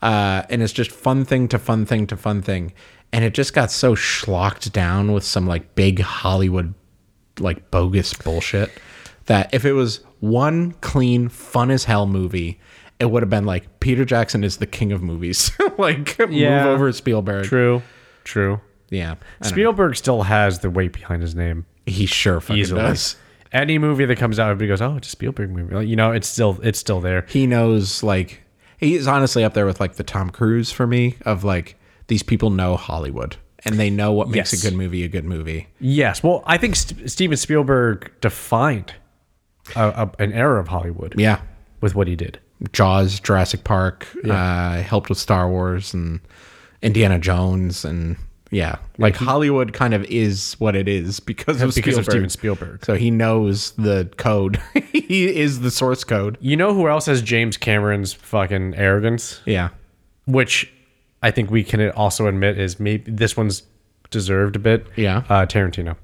Speaker 1: Uh, and it's just fun thing to fun thing to fun thing. And it just got so schlocked down with some like big Hollywood like bogus bullshit that if it was one clean fun as hell movie it would have been like peter jackson is the king of movies *laughs* like
Speaker 2: Yeah.
Speaker 1: move over spielberg
Speaker 2: *laughs* True. True.
Speaker 1: yeah I don't know.
Speaker 2: Spielberg still has the weight behind his name.
Speaker 1: he sure fucking
Speaker 2: Easily.
Speaker 1: does
Speaker 2: Any movie that comes out, everybody goes, "Oh, it's a Spielberg movie." Like, you know, it's still it's still there.
Speaker 1: he knows like he's honestly up there with like the Tom Cruise for me of like these people know Hollywood and they know what makes
Speaker 2: Yes.
Speaker 1: a good movie a good movie.
Speaker 2: Yes. Well, I think St- Steven Spielberg defined a, a, an era of Hollywood
Speaker 1: Yeah.
Speaker 2: with what he did.
Speaker 1: Jaws, Jurassic Park, uh, helped with Star Wars and Indiana Jones and yeah, like Hollywood kind of is what it is because of
Speaker 2: Because of
Speaker 1: Spielberg.
Speaker 2: Steven Spielberg.
Speaker 1: So he knows the code. *laughs* he is the source code.
Speaker 2: You know who else has James Cameron's fucking arrogance?
Speaker 1: Yeah.
Speaker 2: which I think we can also admit is maybe this one's deserved a bit.
Speaker 1: Yeah.
Speaker 2: uh, Tarantino.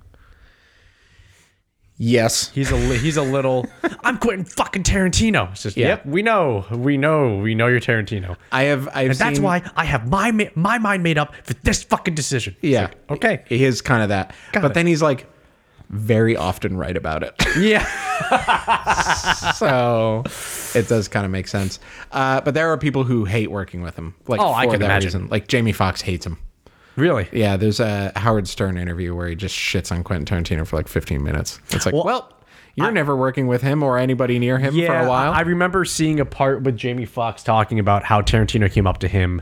Speaker 1: Yes.
Speaker 2: He's a li- he's a little. *laughs* I'm quitting fucking Tarantino. It's just
Speaker 1: Yeah.
Speaker 2: yep. We know, we know, we know you're Tarantino.
Speaker 1: I have I've
Speaker 2: And that's
Speaker 1: seen-
Speaker 2: why I have my ma- my mind made up for this fucking decision. It's
Speaker 1: Yeah.
Speaker 2: like, okay.
Speaker 1: He is kind of that. but
Speaker 2: it.
Speaker 1: then he's like very often right about
Speaker 2: *laughs*
Speaker 1: it.
Speaker 2: Yeah.
Speaker 1: so it does kind of make sense. Uh, but there are people who hate working with him. Like
Speaker 2: Oh, I
Speaker 1: for
Speaker 2: can
Speaker 1: that
Speaker 2: imagine.
Speaker 1: reason. Like Jamie Foxx hates him.
Speaker 2: Really.
Speaker 1: Yeah, there's a Howard Stern interview where he just shits on Quentin Tarantino for like 15 minutes. It's like, well, you're never working with him or anybody near him
Speaker 2: yeah,
Speaker 1: for a while.
Speaker 2: I I remember seeing a part with Jamie Foxx talking about how Tarantino came up to him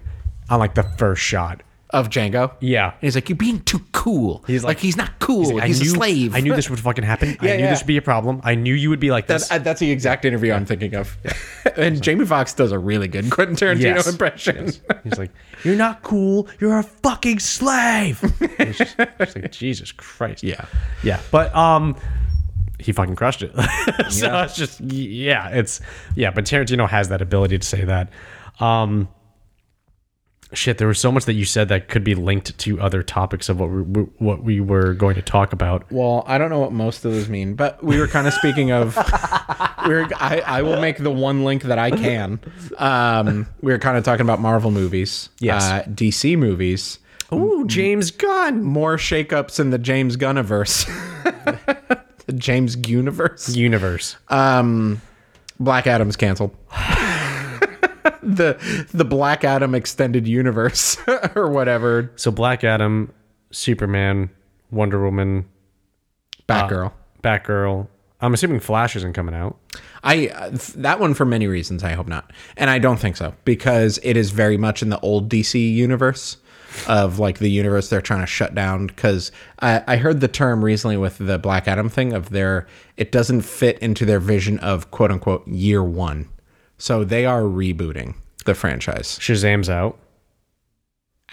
Speaker 2: on like the first shot.
Speaker 1: of Django.
Speaker 2: Yeah.
Speaker 1: And he's like, you're being too cool. He's like,
Speaker 2: like-
Speaker 1: he's not cool. He's,
Speaker 2: I
Speaker 1: a
Speaker 2: knew-
Speaker 1: slave.
Speaker 2: I knew this would fucking *laughs* happen. I
Speaker 1: Yeah,
Speaker 2: knew
Speaker 1: yeah.
Speaker 2: this would be a problem. I knew you would be like this.
Speaker 1: That's, uh, that's the exact interview I'm thinking of. *laughs* and Jamie Foxx does a really good Quentin Tarantino
Speaker 2: Yes.
Speaker 1: impression.
Speaker 2: *laughs* He's like, "You're not cool. You're a fucking slave." *laughs* It's just- it's like, Jesus Christ.
Speaker 1: Yeah.
Speaker 2: yeah. But um, he fucking crushed it. *laughs* so it's just yeah, it's yeah. But Tarantino has that ability to say that. Um, shit, there was so much that you said that could be linked to other topics of what we, what we were going to talk about.
Speaker 1: Well, I don't know what most of those mean, but we were kind of speaking of. we were, I, I will make the one link that I can. Um, we were kind of talking about Marvel movies,
Speaker 2: Yes.
Speaker 1: uh, DC movies,
Speaker 2: Ooh, James Gunn.
Speaker 1: more shakeups in the James *laughs* Gunniverse, the James Universe.
Speaker 2: Universe.
Speaker 1: Um, Black Adam's canceled. *laughs* the the Black Adam extended universe *laughs* or whatever.
Speaker 2: so Black Adam, Superman, Wonder Woman,
Speaker 1: Batgirl.
Speaker 2: Uh. Batgirl. I'm assuming Flash isn't coming out.
Speaker 1: I uh, th- that one for many reasons. I hope not, and I don't think so because it is very much in the old DC universe of like the universe they're trying to shut down. Because I, I heard the term recently with the Black Adam thing of their it doesn't fit into their vision of quote unquote year one, so they are rebooting the franchise
Speaker 2: Shazam's out.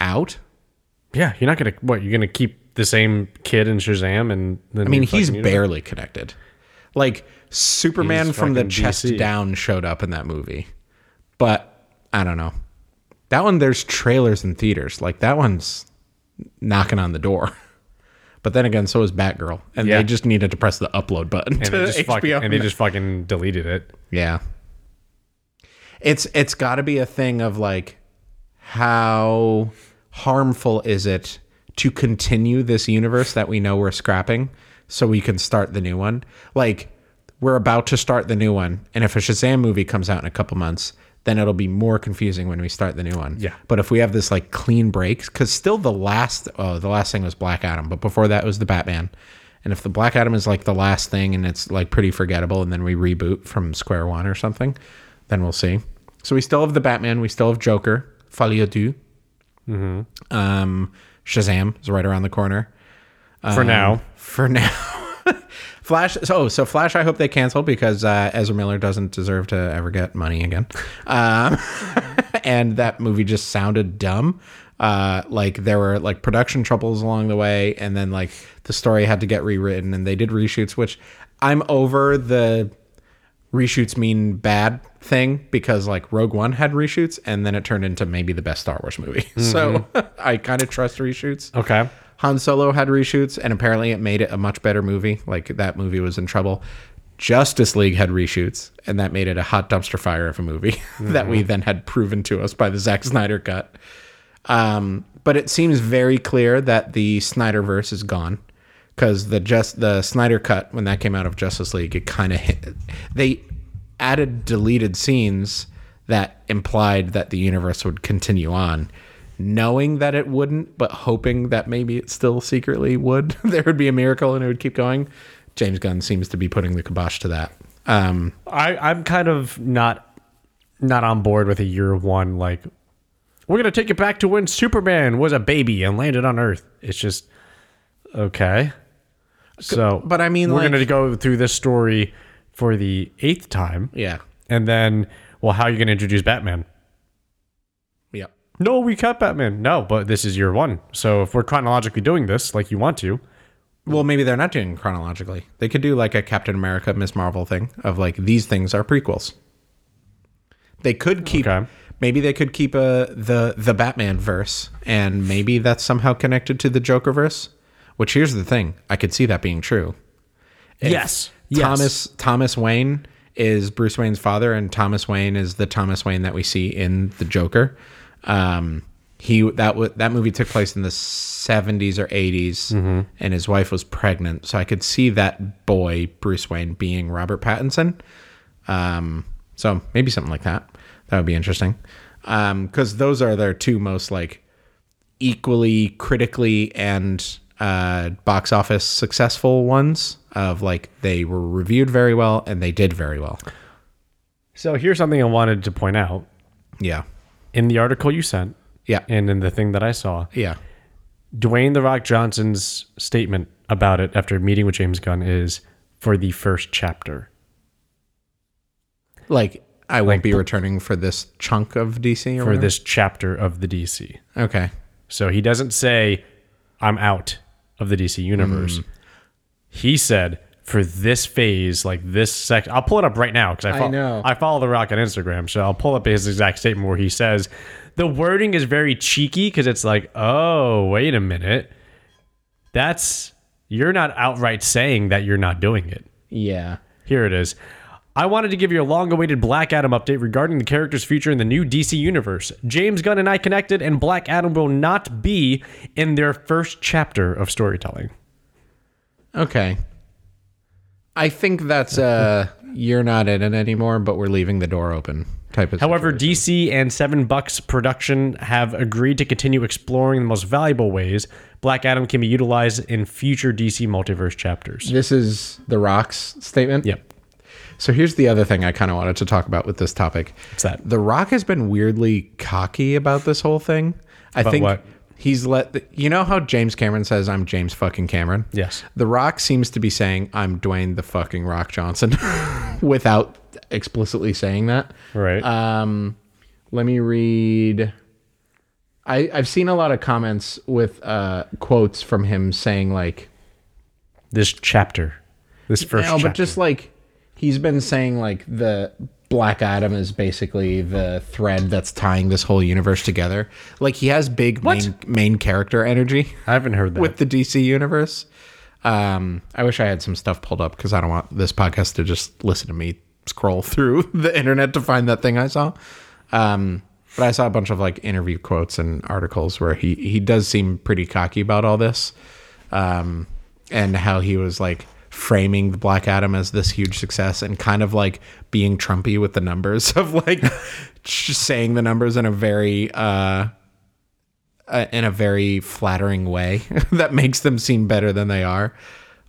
Speaker 1: out.
Speaker 2: Yeah, you're not gonna what? You're gonna keep the same kid in Shazam, and then
Speaker 1: I mean, he's barely connected. Like Superman
Speaker 2: He's
Speaker 1: from the
Speaker 2: fucking
Speaker 1: chest
Speaker 2: DC.
Speaker 1: down showed up in that movie, but I don't know. That one, there's trailers in theaters. Like that one's knocking on the door. *laughs* But then again, so is Batgirl, and
Speaker 2: Yeah.
Speaker 1: they just needed to press the upload button
Speaker 2: and
Speaker 1: to
Speaker 2: they
Speaker 1: *laughs*
Speaker 2: just
Speaker 1: HBO.
Speaker 2: fucking and they
Speaker 1: Max.
Speaker 2: just fucking deleted it.
Speaker 1: Yeah. It's it's got to be a thing of like how harmful is it to continue this universe that we know we're scrapping so we can start the new one? Like we're about to start the new one and if a Shazam movie comes out in a couple months, then it'll be more confusing when we start the new one.
Speaker 2: Yeah.
Speaker 1: But if we have this like clean break cuz still the last oh the last thing was Black Adam, but before that was the Batman. And if the Black Adam is like the last thing and it's like pretty forgettable, and then we reboot from square one or something, then we'll see. So we still have the Batman, we still have Joker, Folie du, um, Shazam is right around the corner
Speaker 2: For now,
Speaker 1: for now. *laughs* Flash. So, oh, so Flash. I hope they cancel because uh, Ezra Miller doesn't deserve to ever get money again. *laughs* Um, and that movie just sounded dumb. Uh, like there were like production troubles along the way, and then like the story had to get rewritten, and they did reshoots, which I'm over the reshoots mean bad thing because like Rogue One had reshoots, and then it turned into maybe the best Star Wars movie. *laughs* So I kind of trust reshoots.
Speaker 2: okay.
Speaker 1: Han Solo had reshoots, and apparently it made it a much better movie. Like that movie was in trouble. Justice League had reshoots, and that made it a hot dumpster fire of a movie *laughs* that we then had proven to us by the Zack Snyder cut. Um, but it seems very clear that the Snyderverse is gone because the just the Snyder cut when that came out of Justice League, it kind of hit. They added deleted scenes that implied that the universe would continue on, knowing that it *laughs* wouldn't, but hoping that maybe it still secretly would. there would be a miracle and it would keep going. James Gunn seems to be putting the kibosh to that. Um,
Speaker 2: I, I'm kind of not not on board with a year one like we're gonna take it back to when Superman was a baby and landed on Earth. It's just okay. So,
Speaker 1: but I mean,
Speaker 2: we're
Speaker 1: like-
Speaker 2: gonna go through this story for the eighth time,
Speaker 1: yeah.
Speaker 2: and then well, how are you gonna introduce Batman?
Speaker 1: Yep.
Speaker 2: No, we cut Batman. No, but this is year one. So if we're chronologically doing this, like you want to,
Speaker 1: Well, maybe they're not doing it chronologically. They could do like a Captain America, Miss Marvel thing of like these things are prequels. They could keep
Speaker 2: Okay.
Speaker 1: maybe they could keep a the the Batman verse and maybe that's somehow connected to the Joker verse. Which here's the thing, I could see that being true. If
Speaker 2: Yes, yes.
Speaker 1: Thomas Thomas Wayne is Bruce Wayne's father, and Thomas Wayne is the Thomas Wayne that we see in the Joker. Um, he that wa that movie took place in the seventies or 80s and his wife was pregnant, so I could see that boy Bruce Wayne being Robert Pattinson. Um, so maybe something like that. That would be interesting. Um, because those are their two most like equally critically and uh, box office successful ones of like they were reviewed very well and they did very well.
Speaker 2: so here's something I wanted to point out
Speaker 1: Yeah.
Speaker 2: in the article you sent
Speaker 1: Yeah.
Speaker 2: and in the thing that I saw.
Speaker 1: Yeah.
Speaker 2: Dwayne The Rock Johnson's statement about it after meeting with James Gunn is for the first chapter.
Speaker 1: Like I won't be returning for this chunk of DC or
Speaker 2: For
Speaker 1: whatever.
Speaker 2: this chapter of the DC.
Speaker 1: Okay.
Speaker 2: So he doesn't say, I'm out of the DC universe. He said, for this phase, like this section, I'll pull it up right now because I,
Speaker 1: I
Speaker 2: fo-
Speaker 1: know.
Speaker 2: I follow The Rock on Instagram. So I'll pull up his exact statement where he says, the wording is very cheeky because it's like, oh, wait a minute. That's, you're not outright saying that you're not doing it.
Speaker 1: Yeah.
Speaker 2: Here it is. I wanted to give you a long awaited Black Adam update regarding the character's future in the new DC universe. James Gunn and I connected, and Black Adam will not be in their first chapter of storytelling.
Speaker 1: Okay. I think that's uh you're not in it anymore, but we're leaving the door open type of
Speaker 2: However, DC and Seven Bucks Production have agreed to continue exploring the most valuable ways Black Adam can be utilized in future DC multiverse chapters.
Speaker 1: this is the Rock's statement.
Speaker 2: Yep.
Speaker 1: So here's the other thing I kind of wanted to talk about with this topic.
Speaker 2: What's that?
Speaker 1: The Rock has been weirdly cocky about this whole thing. I think
Speaker 2: what?
Speaker 1: he's let the, you know how James Cameron says I'm James fucking Cameron.
Speaker 2: Yes.
Speaker 1: The Rock seems to be saying I'm Dwayne the fucking Rock Johnson *laughs* without explicitly saying that.
Speaker 2: Right.
Speaker 1: Um, let me read. I, I've seen a lot of comments with uh, quotes from him saying like,
Speaker 2: this chapter. This first
Speaker 1: no,
Speaker 2: chapter.
Speaker 1: but just like he's been saying, like the Black Adam is basically the thread that's tying this whole universe together. Like he has big main, main character energy *laughs*
Speaker 2: I haven't heard that.
Speaker 1: with the DC universe. Um, I wish I had some stuff pulled up because I don't want this podcast to just listen to me scroll *laughs* through the internet to find that thing I saw. Um, but I saw a bunch of like interview quotes and articles where he he does seem pretty cocky about all this, um, and how he was like framing the Black Adam as this huge success and kind of like being Trumpy with the numbers *laughs* of like just saying the numbers in a very uh uh, in a very flattering way *laughs* that makes them seem better than they are.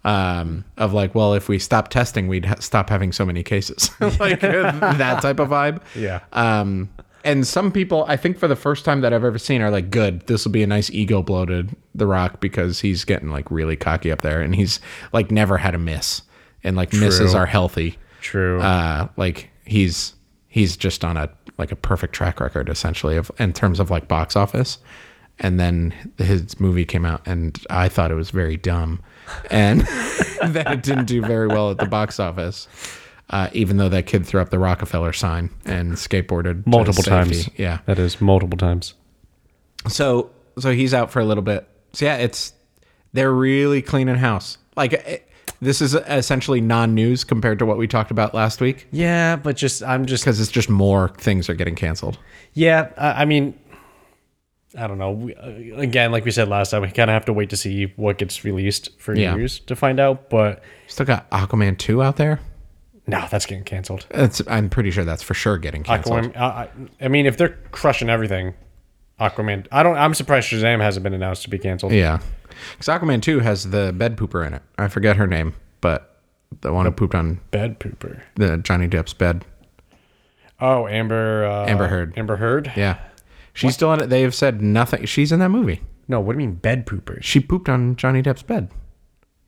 Speaker 1: Um, of like, well, if we stop testing, we'd ha- stop having so many cases, *laughs* like uh, that type of vibe.
Speaker 2: Yeah.
Speaker 1: Um, and some people, I think for the first time that I've ever seen, are like, good, this will be a nice ego blow to The Rock because he's getting like really cocky up there and he's like never had a miss. And like misses are healthy.
Speaker 2: True.
Speaker 1: Uh, like he's he's just on a like a perfect track record essentially of in terms of like box office. And then his movie came out and I thought it was very dumb. And *laughs* then it didn't do very well at the box office. Uh, even though that kid threw up the Rockefeller sign and skateboarded to
Speaker 2: multiple
Speaker 1: safety.
Speaker 2: times.
Speaker 1: Yeah.
Speaker 2: That is multiple times.
Speaker 1: So so he's out for a little bit. So yeah, it's they're really cleaning house. Like it, this is essentially non-news compared to what we talked about last week
Speaker 2: Yeah, but just, I'm just
Speaker 1: because it's just more things are getting canceled.
Speaker 2: Yeah, I, I mean, I don't know. We, uh, again, like we said last time, we kind of have to wait to see what gets released for
Speaker 1: Yeah.
Speaker 2: years to find out. But
Speaker 1: Still got Aquaman two out there.
Speaker 2: no, that's getting canceled.
Speaker 1: That's I'm pretty sure that's for sure getting canceled.
Speaker 2: Aquaman. I, I, I mean, if they're crushing everything, Aquaman. I don't. I'm surprised Shazam hasn't been announced to be canceled.
Speaker 1: Yeah, because Aquaman two has the bed pooper in it. I forget her name, but the one who pooped on
Speaker 2: Bed pooper.
Speaker 1: the Johnny Depp's bed.
Speaker 2: Oh, Amber. Uh,
Speaker 1: Amber Heard.
Speaker 2: Amber Heard.
Speaker 1: Yeah, she's still in it. They have said nothing. She's in that movie.
Speaker 2: No, what do you mean bed pooper?
Speaker 1: She pooped on Johnny Depp's bed.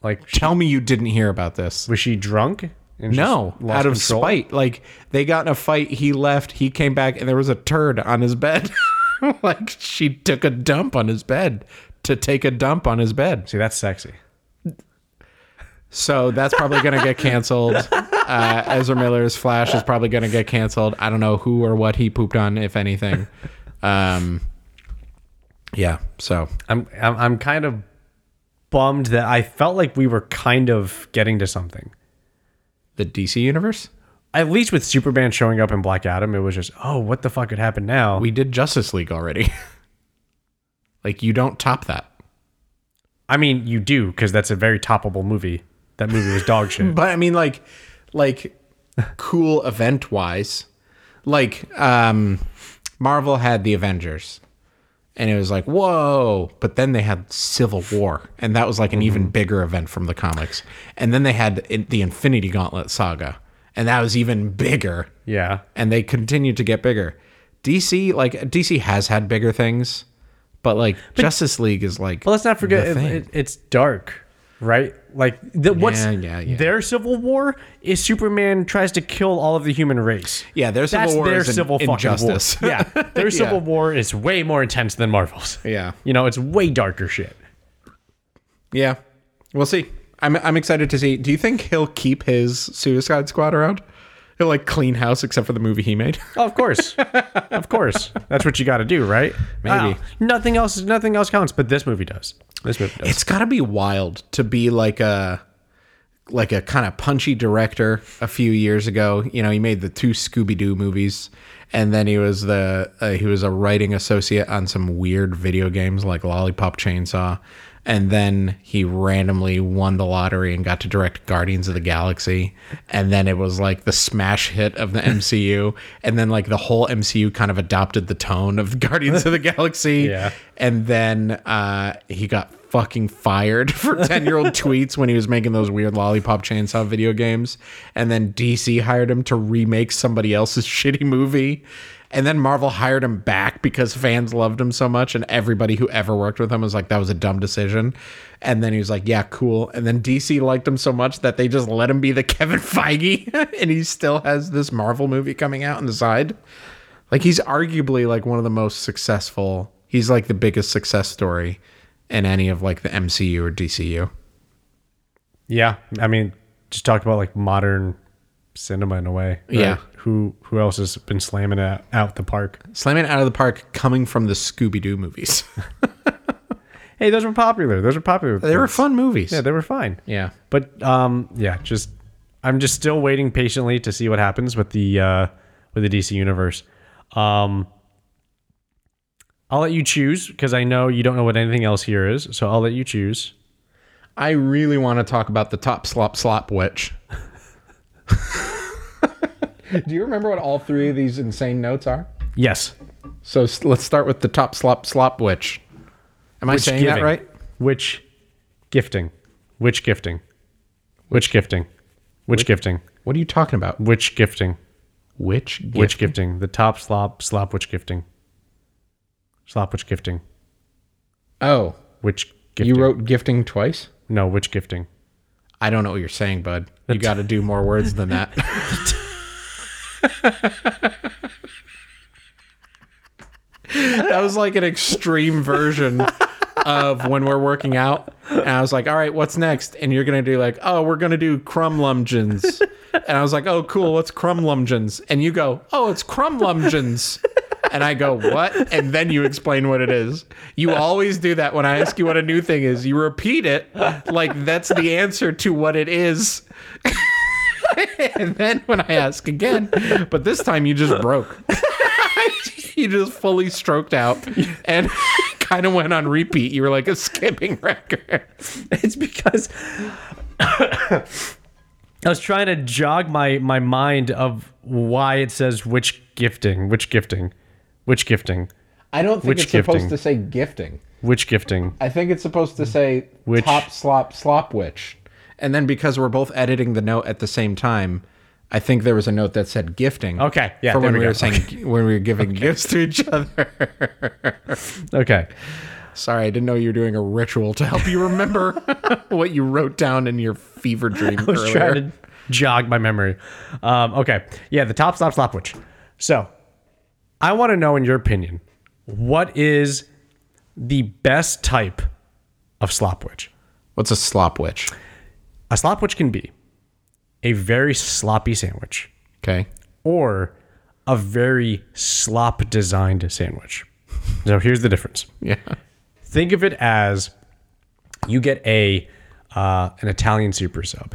Speaker 2: Like, she-
Speaker 1: Tell me you didn't hear about this.
Speaker 2: was she drunk? And
Speaker 1: No,
Speaker 2: just lost
Speaker 1: out of
Speaker 2: control?
Speaker 1: spite. Like they got in a fight. He left. He came back, and there was a turd on his bed. *laughs* like she took a dump on his bed to take a dump on his bed.
Speaker 2: See, that's sexy.
Speaker 1: So that's probably going to get canceled.
Speaker 2: *laughs*
Speaker 1: Uh, Ezra Miller's Flash is probably going to get canceled. I don't know who or what he pooped on, if anything. Um, yeah. So
Speaker 2: I'm, I'm I'm kind of bummed that I felt like we were kind of getting to something.
Speaker 1: the DC universe.
Speaker 2: At least with Superman showing up in Black Adam, it was just, oh, what the fuck could happen now?
Speaker 1: We did Justice League already. *laughs* like you don't top that.
Speaker 2: I mean, you do because that's a very toppable movie. That movie was
Speaker 1: *laughs*
Speaker 2: dog shit.
Speaker 1: But I mean, like, like cool event wise, like um, Marvel had the Avengers, and it was like whoa. But then they had Civil War, and that was like an even
Speaker 2: Mm-hmm.
Speaker 1: bigger event from the comics. And then they had in- the Infinity Gauntlet saga, and that was even bigger.
Speaker 2: yeah,
Speaker 1: And they continued to get bigger. DC, like DC, has had bigger things, but like Justice League is like.
Speaker 2: Well, let's not forget it,
Speaker 1: thing.
Speaker 2: it- it's dark, right? Like the, what's
Speaker 1: Yeah, yeah, yeah.
Speaker 2: their civil war is Superman tries to kill all of the human race.
Speaker 1: Yeah, their Civil
Speaker 2: That's
Speaker 1: War
Speaker 2: their
Speaker 1: is an
Speaker 2: civil fucking
Speaker 1: injustice. *laughs*
Speaker 2: war. Yeah, their
Speaker 1: Yeah.
Speaker 2: civil war is way more intense than Marvel's.
Speaker 1: Yeah.
Speaker 2: you know, it's way darker shit.
Speaker 1: Yeah, we'll see. I'm I'm excited to see. Do you think he'll keep his Suicide Squad around? He'll like clean house except for the movie he made. *laughs*
Speaker 2: Oh, of course, of course, that's what you got to do, right?
Speaker 1: Maybe.
Speaker 2: Wow. nothing else. Nothing else counts, but this movie does. This movie does.
Speaker 1: It's got to be wild to be like a like a kind of punchy director a few years ago. You know, he made the two Scooby Doo movies, and then he was the uh, he was a writing associate on some weird video games like Lollipop Chainsaw, and then he randomly won the lottery and got to direct Guardians of the Galaxy, and then it was like the smash hit of the MCU, and then like the whole MCU kind of adopted the tone of Guardians of the Galaxy,
Speaker 2: Yeah.
Speaker 1: and then uh, he got fucking fired *laughs* for 10 year old tweets when he was making those weird lollipop chainsaw video games and then dc hired him to remake somebody else's *laughs* shitty movie and then marvel hired him back because fans loved him so much and everybody who ever worked with him was like that was a dumb decision and then he was like yeah cool and then dc liked him so much that they just let him be the *laughs* kevin feige *laughs* and he still has this marvel movie coming out on the side like he's arguably like one of the most successful. He's like the biggest success story in any of like the MCU or DCU.
Speaker 2: Yeah, I mean, just talked about like modern cinema in a way. right?
Speaker 1: Yeah.
Speaker 2: who who else has been slamming it out the park?
Speaker 1: Slamming it out of the park coming from the Scooby Doo movies.
Speaker 2: Hey, those were popular. Those were
Speaker 1: *laughs*
Speaker 2: popular.
Speaker 1: they were fun movies.
Speaker 2: yeah, they were fine.
Speaker 1: yeah.
Speaker 2: But um, yeah, just I'm just still waiting patiently to see what happens with the uh, with the DC universe. Um, I'll let you choose because I know you don't know what anything else here is, so I'll let you choose.
Speaker 1: I really want to talk about the top slop slop witch. *laughs* Do you remember what all three of these insane notes are?
Speaker 2: Yes,
Speaker 1: So s- let's start with the top slop slop witch. Am I saying that
Speaker 2: Giving.
Speaker 1: right?
Speaker 2: Which gifting? Which gifting? Which gifting? Which gifting?
Speaker 1: What are you talking about?
Speaker 2: Which gifting?
Speaker 1: Witch?
Speaker 2: Which gifting? The top slop slop which gifting? Slop which gifting?
Speaker 1: Oh,
Speaker 2: Which
Speaker 1: you
Speaker 2: gifting?
Speaker 1: wrote gifting twice?
Speaker 2: no, which gifting?
Speaker 1: I don't know what you're saying, bud. You got to do more words than that. that was like an extreme version of when we're working out. And I was like, all right, what's next? And you're going to do like, oh, we're going to do crumb lumgeons. And I was like, oh, cool. What's crumb lumgeons? And you go, oh, it's crumb lumgeons. And I go, what? And then you explain what it is. You always do that when I ask you what a new thing is. You repeat it like that's the answer to what it is. *laughs* and then when I ask again, but this time you just broke. *laughs* you just fully stroked out and *laughs* kind of went on repeat. You were like a skipping record.
Speaker 2: *laughs* It's because *coughs* I was trying to jog my my mind of why it says which gifting, which gifting, which gifting,
Speaker 1: I don't think
Speaker 2: Which
Speaker 1: it's supposed
Speaker 2: gifting?
Speaker 1: to say gifting.
Speaker 2: which gifting.
Speaker 1: I think it's supposed to say
Speaker 2: Which-
Speaker 1: top slop slop witch. And then because we're both editing the note at the same time, I think there was a note that said gifting.
Speaker 2: Okay, yeah,
Speaker 1: For
Speaker 2: there
Speaker 1: when
Speaker 2: we
Speaker 1: we,
Speaker 2: go.
Speaker 1: were saying when we were
Speaker 2: *laughs*
Speaker 1: giving gifts to each other.
Speaker 2: Okay.
Speaker 1: Sorry, I didn't know you were doing a ritual to help you *laughs* remember what you wrote down in your fever dream
Speaker 2: was
Speaker 1: earlier.
Speaker 2: trying to jog my memory. Um, okay. Yeah, the top stop stopwatch. So I want to know, in your opinion, what is the best type of slopwitch?
Speaker 1: What's a slop witch?
Speaker 2: A slopwitch can be a very sloppy sandwich
Speaker 1: Okay.
Speaker 2: or a very slop designed sandwich. So here's the difference.
Speaker 1: Yeah.
Speaker 2: think of it as you get a uh, an Italian super sub,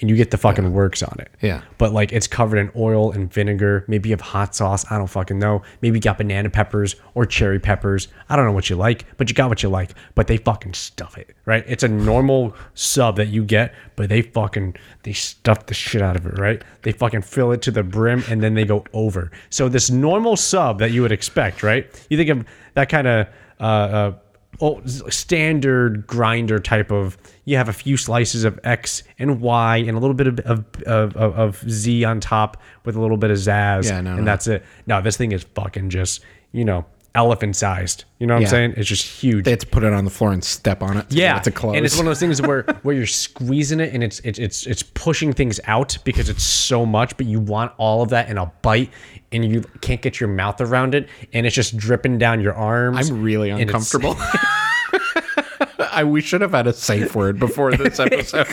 Speaker 2: and you get the fucking works on it.
Speaker 1: Yeah.
Speaker 2: But like it's covered in oil and vinegar. Maybe you have hot sauce. I don't fucking know. Maybe you got banana peppers or cherry peppers. I don't know what you like, but you got what you like. But they fucking stuff it, right? It's a normal sub that you get, but they fucking they stuff the shit out of it, right? They fucking fill it to the brim and then they go over. So this normal sub that you would expect, right? You think of that kind of uh, uh, oh, s- standard grinder type of you have a few slices of X and Y and a little bit of of, of, of, of Z on top with a little bit of Zazz.
Speaker 1: Yeah, no,
Speaker 2: and
Speaker 1: no.
Speaker 2: that's it. No, this thing is fucking just, you know, elephant sized. You know what
Speaker 1: Yeah.
Speaker 2: I'm saying? It's just huge.
Speaker 1: They had to put it on the floor and step on it. to
Speaker 2: yeah,
Speaker 1: get it to close.
Speaker 2: and it's one of those things
Speaker 1: *laughs*
Speaker 2: where where you're squeezing it, and it's it's it's it's pushing things out because it's so much, but you want all of that in a bite, and you can't get your mouth around it, and it's just dripping down your arms.
Speaker 1: I'm really
Speaker 2: and it's-
Speaker 1: uncomfortable. *laughs* I we should have had a safe word before *laughs* this episode.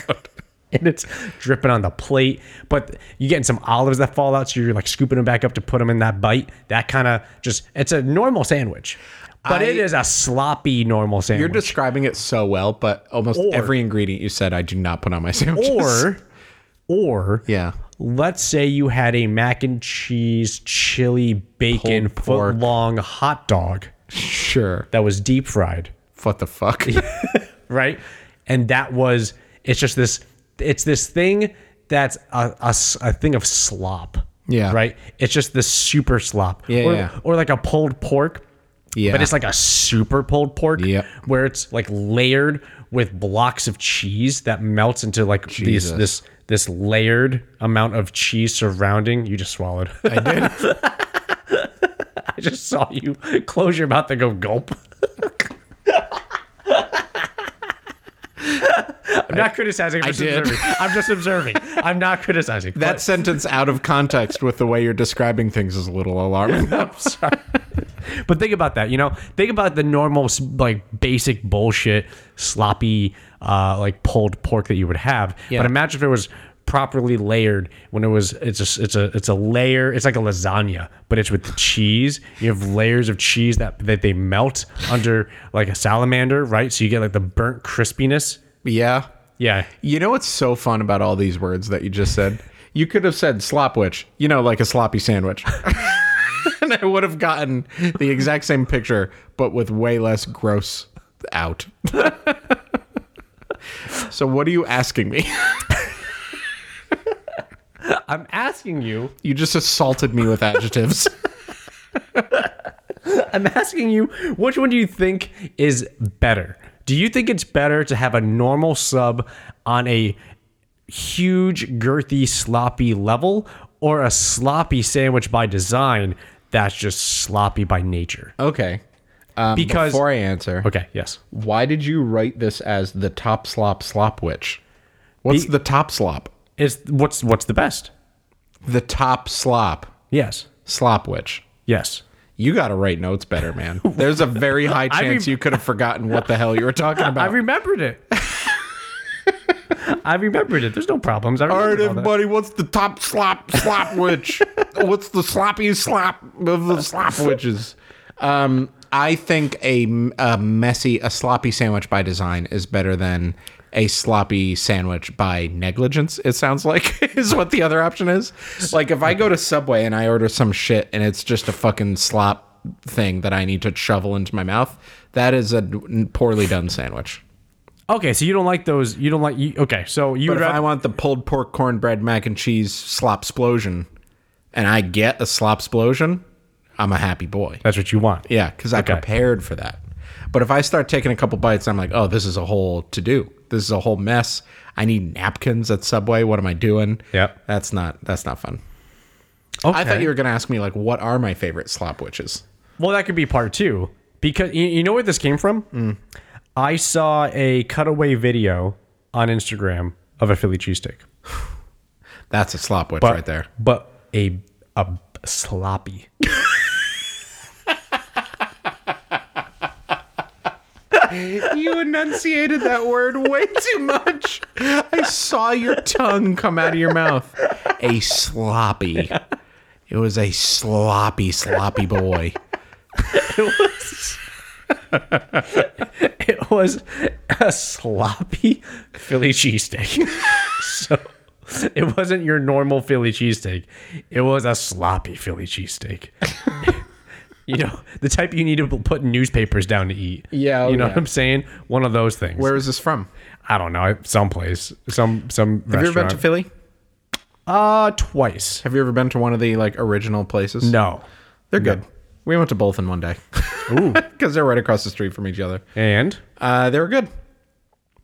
Speaker 2: and it's dripping on the plate. But you're getting some olives that fall out, so you're like scooping them back up to put them in that bite. That kind of just it's a normal sandwich, but
Speaker 1: I-
Speaker 2: it is a sloppy normal
Speaker 1: You're
Speaker 2: sandwich.
Speaker 1: describing it so well, but almost
Speaker 2: Or-
Speaker 1: every ingredient you said I do not put on my sandwiches.
Speaker 2: or or
Speaker 1: *laughs* yeah.
Speaker 2: Let's say you had a mac and cheese, chili, bacon,
Speaker 1: Pulled pork.
Speaker 2: foot long hot dog
Speaker 1: Sure.
Speaker 2: that was deep fried.
Speaker 1: What the fuck?
Speaker 2: right? And that was it's just this it's this thing that's a, a s- a thing of slop.
Speaker 1: Yeah.
Speaker 2: Right? It's just this super slop.
Speaker 1: Yeah,
Speaker 2: Or,
Speaker 1: yeah.
Speaker 2: or like a pulled pork.
Speaker 1: *laughs* Yeah.
Speaker 2: But it's like a super pulled pork.
Speaker 1: Yep.
Speaker 2: Where it's like layered with blocks of cheese that melts into like these
Speaker 1: Jesus.
Speaker 2: this this layered amount of cheese surrounding. You just swallowed. *laughs* I
Speaker 1: *laughs* did.
Speaker 2: I just saw you close your mouth and go gulp. *laughs* I'm not criticizing. I'm just
Speaker 1: did.
Speaker 2: observing. I'm just observing. I'm not criticizing.
Speaker 1: that sentence out of context with the way you're describing things is a little alarming.
Speaker 2: I'm sorry. but think about that. You know, think about the normal, s- like basic bullshit, sloppy, uh, like pulled pork that you would have. But imagine if it was properly layered. When it was, it's a, s- it's a, it's a layer. It's like a lasagna, but it's with the cheese. You have layers of cheese that that they melt under like a salamander, right? So you get like the burnt crispiness.
Speaker 1: yeah.
Speaker 2: Yeah.
Speaker 1: You know what's so fun about all these words that you just said? You could have said slop witch, you know, like a sloppy sandwich. *laughs* and I would have gotten the exact same picture, but with way less gross out. *laughs* so what are you asking me? *laughs*
Speaker 2: I'm asking you.
Speaker 1: You just assaulted me with adjectives. *laughs*
Speaker 2: I'm asking you, which one do you think is better? Do you think it's better to have a normal sub on a huge, girthy, sloppy level or a sloppy sandwich by design that's just sloppy by nature?
Speaker 1: okay. Um,
Speaker 2: Because-
Speaker 1: before I answer,
Speaker 2: Okay, yes.
Speaker 1: why did you write this as the top slop slop witch? What's the top slop?
Speaker 2: Is what's what's the best?
Speaker 1: The top slop
Speaker 2: Yes.
Speaker 1: slop witch.
Speaker 2: Yes.
Speaker 1: You got to write notes better, man. There's a very high chance you could have forgotten what the hell you were talking
Speaker 2: I
Speaker 1: about.
Speaker 2: remembered it. *laughs* I remembered it. There's no problems. I
Speaker 1: All right,
Speaker 2: remembered all that.
Speaker 1: everybody, what's the top slop *laughs* slop witch? what's the sloppiest slop of the slop witches? Um, I think a, a messy, a sloppy sandwich by design is better than a sloppy sandwich by negligence. It sounds like *laughs* is what the other option is. Like if I go to Subway and I order some shit and it's just a fucking slop thing that I need to shovel into my mouth, that is a poorly done sandwich.
Speaker 2: Okay, so you don't like those. You don't like. You, okay, so you.
Speaker 1: But
Speaker 2: would
Speaker 1: if I
Speaker 2: rather-
Speaker 1: want the pulled pork cornbread mac and cheese slop explosion, and I get a slop explosion, I'm a happy boy.
Speaker 2: that's what you want.
Speaker 1: Yeah, because I prepared for that. But if I start taking a couple bites, I'm like, oh, this is a whole to do. This is a whole mess. I need napkins at Subway. What am I doing?
Speaker 2: Yep.
Speaker 1: That's not that's not fun.
Speaker 2: Okay.
Speaker 1: I thought you were going to ask me like what are my favorite slop witches?
Speaker 2: Well, that could be part two because you, you know where this came from.
Speaker 1: Mm.
Speaker 2: I saw a cutaway video on Instagram of a Philly cheesesteak,
Speaker 1: That's a slop witch
Speaker 2: but
Speaker 1: right there.
Speaker 2: but a a sloppy. *laughs*
Speaker 1: You enunciated that word way too much. I saw your tongue come out of your mouth. A sloppy. It was a sloppy, sloppy boy.
Speaker 2: It was a sloppy Philly cheesesteak. *laughs* so it wasn't your normal Philly cheesesteak. It was a sloppy Philly cheesesteak. *laughs* you know, the type you need to put newspapers down to eat.
Speaker 1: Yeah, oh
Speaker 2: You know
Speaker 1: yeah.
Speaker 2: what I'm saying? One of those things.
Speaker 1: Where is this from?
Speaker 2: I don't know, someplace, some some
Speaker 1: Have you ever been
Speaker 2: restaurant.
Speaker 1: to Philly?
Speaker 2: uh, twice.
Speaker 1: Have you ever been to one of the like original places?
Speaker 2: No,
Speaker 1: They're good. We went to both in one day. *laughs* Ooh. Because they're right across the street from each other.
Speaker 2: and
Speaker 1: Uh, they were good.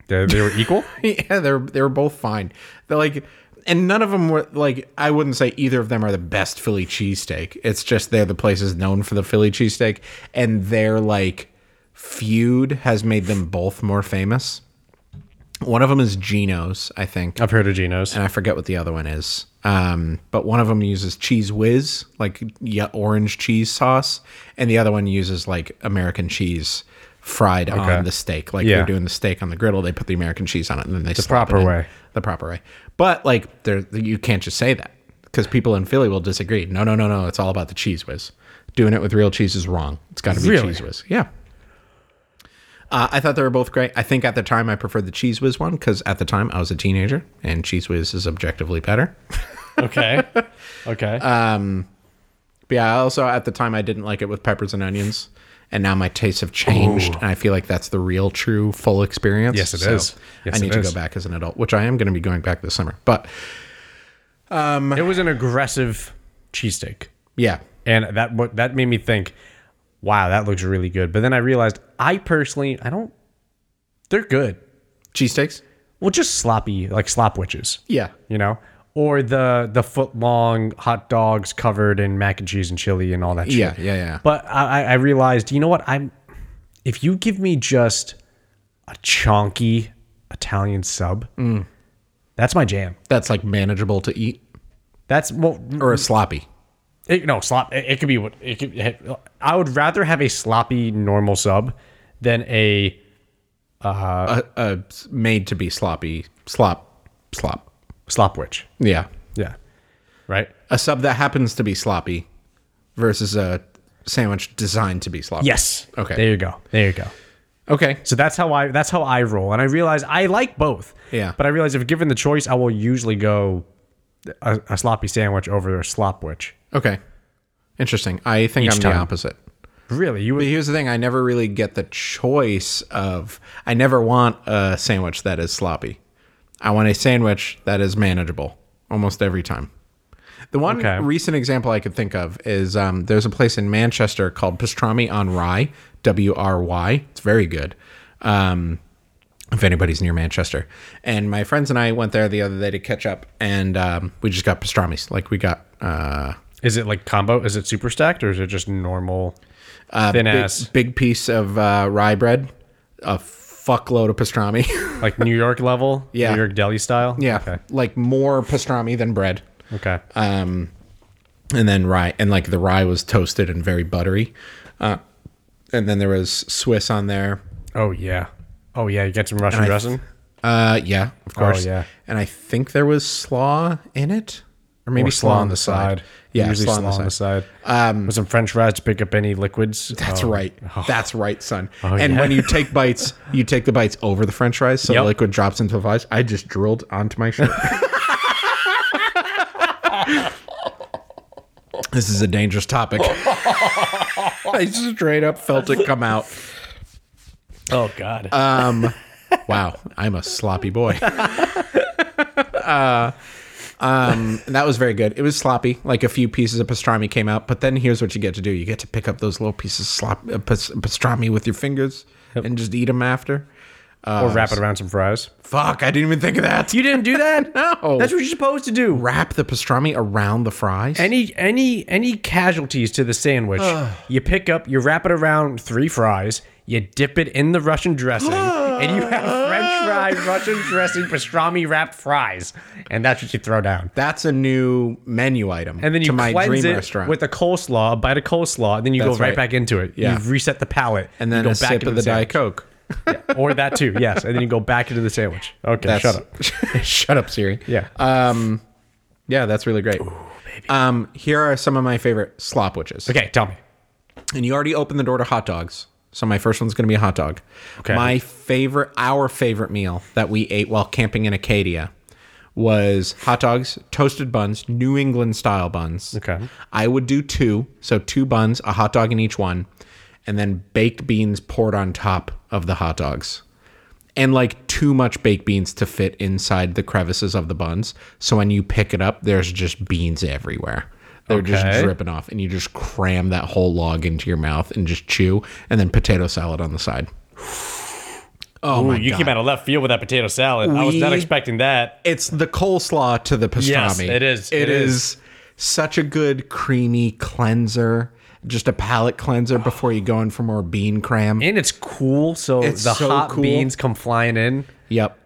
Speaker 2: they, they were
Speaker 1: *laughs*
Speaker 2: equal.
Speaker 1: yeah, they're they're both fine. They're like, and none of them were like. I wouldn't say either of them are the best Philly cheesesteak. It's just they're the places known for the Philly cheesesteak, and their like feud has made them both more famous. One of them is Geno's, I think,
Speaker 2: I've heard of Geno's.
Speaker 1: and I forget what the other one is. Um, but one of them uses cheese whiz, like yeah, orange cheese sauce, and the other one uses like American cheese fried on the steak. Like
Speaker 2: Yeah.
Speaker 1: they're doing the steak on the griddle, they put the American cheese on it, and then they the
Speaker 2: proper way.
Speaker 1: the proper way. But like, there you can't just say that because people in Philly will disagree. No, no, no, no. It's all about the cheese whiz. Doing it with real cheese is wrong. It's got to be
Speaker 2: Really?
Speaker 1: cheese whiz. Yeah. Uh, I thought they were both great. I think at the time I preferred the cheese whiz one because at the time I was a teenager and cheese whiz is objectively better. *laughs*
Speaker 2: Okay, okay.
Speaker 1: Um, But yeah, I also at the time I didn't like it with peppers and onions, and now my tastes have changed, and I feel like that's the real, true, full experience.
Speaker 2: Yes, it
Speaker 1: it is.
Speaker 2: is. Yes,
Speaker 1: I
Speaker 2: it
Speaker 1: need to
Speaker 2: is.
Speaker 1: go back as an adult, which I am going to be going back this summer. But
Speaker 2: it was an aggressive cheesesteak.
Speaker 1: yeah,
Speaker 2: and that what that made me think, wow, that looks really good. But then I realized I personally I don't. They're good.
Speaker 1: cheesesteaks.
Speaker 2: Well, just sloppy like slop witches.
Speaker 1: Yeah,
Speaker 2: You know. Or the the foot long hot dogs covered in mac and cheese and chili and all that.
Speaker 1: yeah,
Speaker 2: shit.
Speaker 1: yeah, yeah.
Speaker 2: But I, I I realized, you know what? I'm if you give me just a chonky Italian sub, that's my jam.
Speaker 1: That's like manageable to eat
Speaker 2: That's well,
Speaker 1: or a sloppy.
Speaker 2: it, no slop. It, it could be what it could. I would rather have a sloppy normal sub than a
Speaker 1: a, a made to be sloppy slop slop.
Speaker 2: slop witch.
Speaker 1: Yeah,
Speaker 2: Yeah, right.
Speaker 1: a sub that happens to be sloppy versus a sandwich designed to be sloppy.
Speaker 2: Yes.
Speaker 1: Okay.
Speaker 2: There you go. There you go.
Speaker 1: Okay.
Speaker 2: So that's how I that's how I roll, and I realize I like both.
Speaker 1: Yeah.
Speaker 2: But I realize if given the choice, I will usually go a, a sloppy sandwich over a slop witch.
Speaker 1: Okay. Interesting. I think I'm
Speaker 2: time.
Speaker 1: the opposite.
Speaker 2: Really, you
Speaker 1: But
Speaker 2: would
Speaker 1: here's the thing: I never really get the choice of. I never want a sandwich that is sloppy. I want a sandwich that is manageable almost every time. The one
Speaker 2: Okay.
Speaker 1: recent example I could think of is um, there's a place in Manchester called Pastrami on Rye, W R Y. It's very good. Um, if anybody's near Manchester, and my friends and I went there the other day to catch up, and um, we just got pastrami's. Like we got. Uh,
Speaker 2: is it like combo? Is it super stacked or is it just normal thin
Speaker 1: big, *laughs*
Speaker 2: ass
Speaker 1: big piece of uh, rye bread, a fuckload of pastrami. *laughs*
Speaker 2: like New York level?
Speaker 1: Yeah.
Speaker 2: New York deli style.
Speaker 1: yeah,
Speaker 2: Okay.
Speaker 1: like more pastrami than bread.
Speaker 2: Okay.
Speaker 1: Um, and then rye, and like the rye was toasted and very buttery. Uh, and then there was Swiss on there.
Speaker 2: Oh yeah. Oh yeah. You get some Russian dressing.
Speaker 1: Uh, yeah, of course.
Speaker 2: Oh, yeah.
Speaker 1: And I think there was slaw in it, or maybe
Speaker 2: Or
Speaker 1: slaw, on the side. Yeah,
Speaker 2: usually slaw, on the side. Um, With some French fries to pick up any liquids.
Speaker 1: That's
Speaker 2: Oh,
Speaker 1: right. That's right, son. and
Speaker 2: yeah.
Speaker 1: when you take bites, you take the bites over the french fries, so
Speaker 2: Yep.
Speaker 1: the liquid drops into the fries. I just drilled onto my shirt. *laughs* this is a dangerous topic. *laughs* I straight up felt it come out.
Speaker 2: Oh god.
Speaker 1: Wow, I'm a sloppy boy. *laughs* uh, um, that was very good. It was sloppy. Like a few pieces of pastrami came out, but then here's what you get to do: you get to pick up those little pieces of slop, uh, pas- pastrami with your fingers and just eat them after.
Speaker 2: or wrap it around some fries.
Speaker 1: Fuck, I didn't even think of that.
Speaker 2: You didn't do that?
Speaker 1: *laughs* No.
Speaker 2: That's what you're supposed to do.
Speaker 1: wrap the pastrami around the fries.
Speaker 2: Any any any casualties to the sandwich, you pick up, you wrap it around three fries, you dip it in the Russian dressing, and you have
Speaker 1: *gasps*
Speaker 2: French fries, Russian dressing, pastrami wrapped fries, and that's what you throw down.
Speaker 1: That's a new menu item.
Speaker 2: And then you
Speaker 1: to my
Speaker 2: cleanse
Speaker 1: dream
Speaker 2: it
Speaker 1: restaurant.
Speaker 2: with a coleslaw, a bite of coleslaw, and then you
Speaker 1: That's
Speaker 2: go right,
Speaker 1: right.
Speaker 2: back into it.
Speaker 1: Yeah.
Speaker 2: You've reset the palate,
Speaker 1: and then
Speaker 2: you go
Speaker 1: a sip
Speaker 2: into
Speaker 1: of the Diet
Speaker 2: sandwich.
Speaker 1: Coke.
Speaker 2: Yeah, or that too, yes. And then you go back into the sandwich. Okay, shut up.
Speaker 1: shut up, *laughs* Siri.
Speaker 2: Yeah.
Speaker 1: Um, yeah, that's really great. Um, here are some of my favorite slop witches.
Speaker 2: Okay, tell me.
Speaker 1: And you already opened the door to hot dogs. So my first one's going to be a hot dog.
Speaker 2: Okay.
Speaker 1: My favorite, our favorite meal that we ate while camping in Acadia was hot dogs, toasted buns, New England style buns.
Speaker 2: Okay.
Speaker 1: I would do two. So two buns, a hot dog in each one, and then baked beans poured on top of the hot dogs. And like too much baked beans to fit inside the crevices of the buns. So when you pick it up, there's just beans everywhere. They're just
Speaker 2: Okay.
Speaker 1: dripping off, and you just cram that whole log into your mouth and just chew, and then potato salad on the side. Oh my
Speaker 2: you
Speaker 1: god!
Speaker 2: came out of left field with that potato salad. I was not
Speaker 1: We-
Speaker 2: expecting that.
Speaker 1: it's the coleslaw to the pastrami.
Speaker 2: Yes, it is.
Speaker 1: It,
Speaker 2: It
Speaker 1: it is.
Speaker 2: is.
Speaker 1: such a good creamy cleanser, just a palate cleanser before you go in for more bean cram.
Speaker 2: And it's cool, so
Speaker 1: It's
Speaker 2: the
Speaker 1: so
Speaker 2: hot
Speaker 1: cool.
Speaker 2: beans come flying in.
Speaker 1: Yep.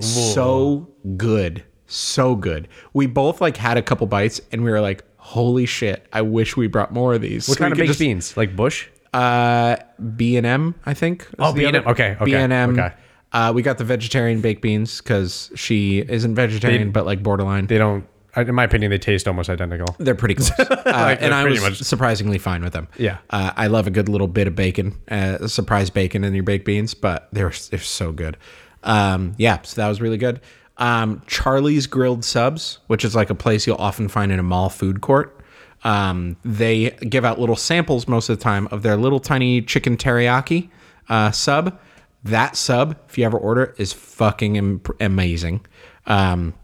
Speaker 1: So good. So good. We both like had a couple bites and we were like, holy shit, I wish we brought more of these.
Speaker 2: What
Speaker 1: So
Speaker 2: kind
Speaker 1: we
Speaker 2: of
Speaker 1: could
Speaker 2: baked
Speaker 1: just-
Speaker 2: beans? Like Bush?
Speaker 1: Uh B and M, I think. is
Speaker 2: Oh,
Speaker 1: the
Speaker 2: B&M.
Speaker 1: other-
Speaker 2: Okay, okay,
Speaker 1: B and M.
Speaker 2: okay.
Speaker 1: Uh, we got the vegetarian baked beans because she isn't vegetarian, but like borderline.
Speaker 2: They don't. I- In my opinion, they taste almost identical.
Speaker 1: They're pretty
Speaker 2: *laughs*
Speaker 1: close, uh,
Speaker 2: they're
Speaker 1: and I was
Speaker 2: pretty much-
Speaker 1: surprisingly fine with them.
Speaker 2: Yeah.
Speaker 1: uh, I love a good little bit of bacon, uh, surprise bacon in your baked beans, but they're they're so good. Um, yeah, so that was really good. Um, Charlie's Grilled Subs, which is like a place you'll often find in a mall food court. Um, they give out little samples most of the time of their little tiny chicken teriyaki uh, sub. That sub, if you ever order, it, is fucking am- amazing. Um,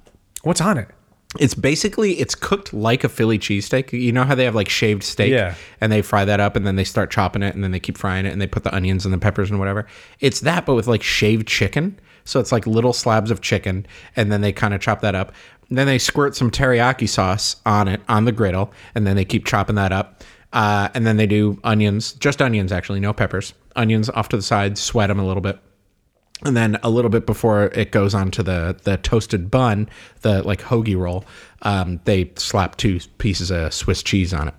Speaker 2: What's on it?
Speaker 1: it's basically it's cooked like a Philly cheesesteak. You know how they have like shaved steak
Speaker 2: Yeah.
Speaker 1: and they fry that up and then they start chopping it and then they keep frying it and they put the onions and the peppers and whatever. It's that but with like shaved chicken. So it's like little slabs of chicken and then they kind of chop that up. Then they squirt some teriyaki sauce on it on the griddle and then they keep chopping that up. Uh, and then they do onions, just onions actually, no peppers. Onions off to the side, sweat them a little bit and then a little bit before it goes onto the the toasted bun, the like hoagie roll, um, they slap two pieces of Swiss cheese on it,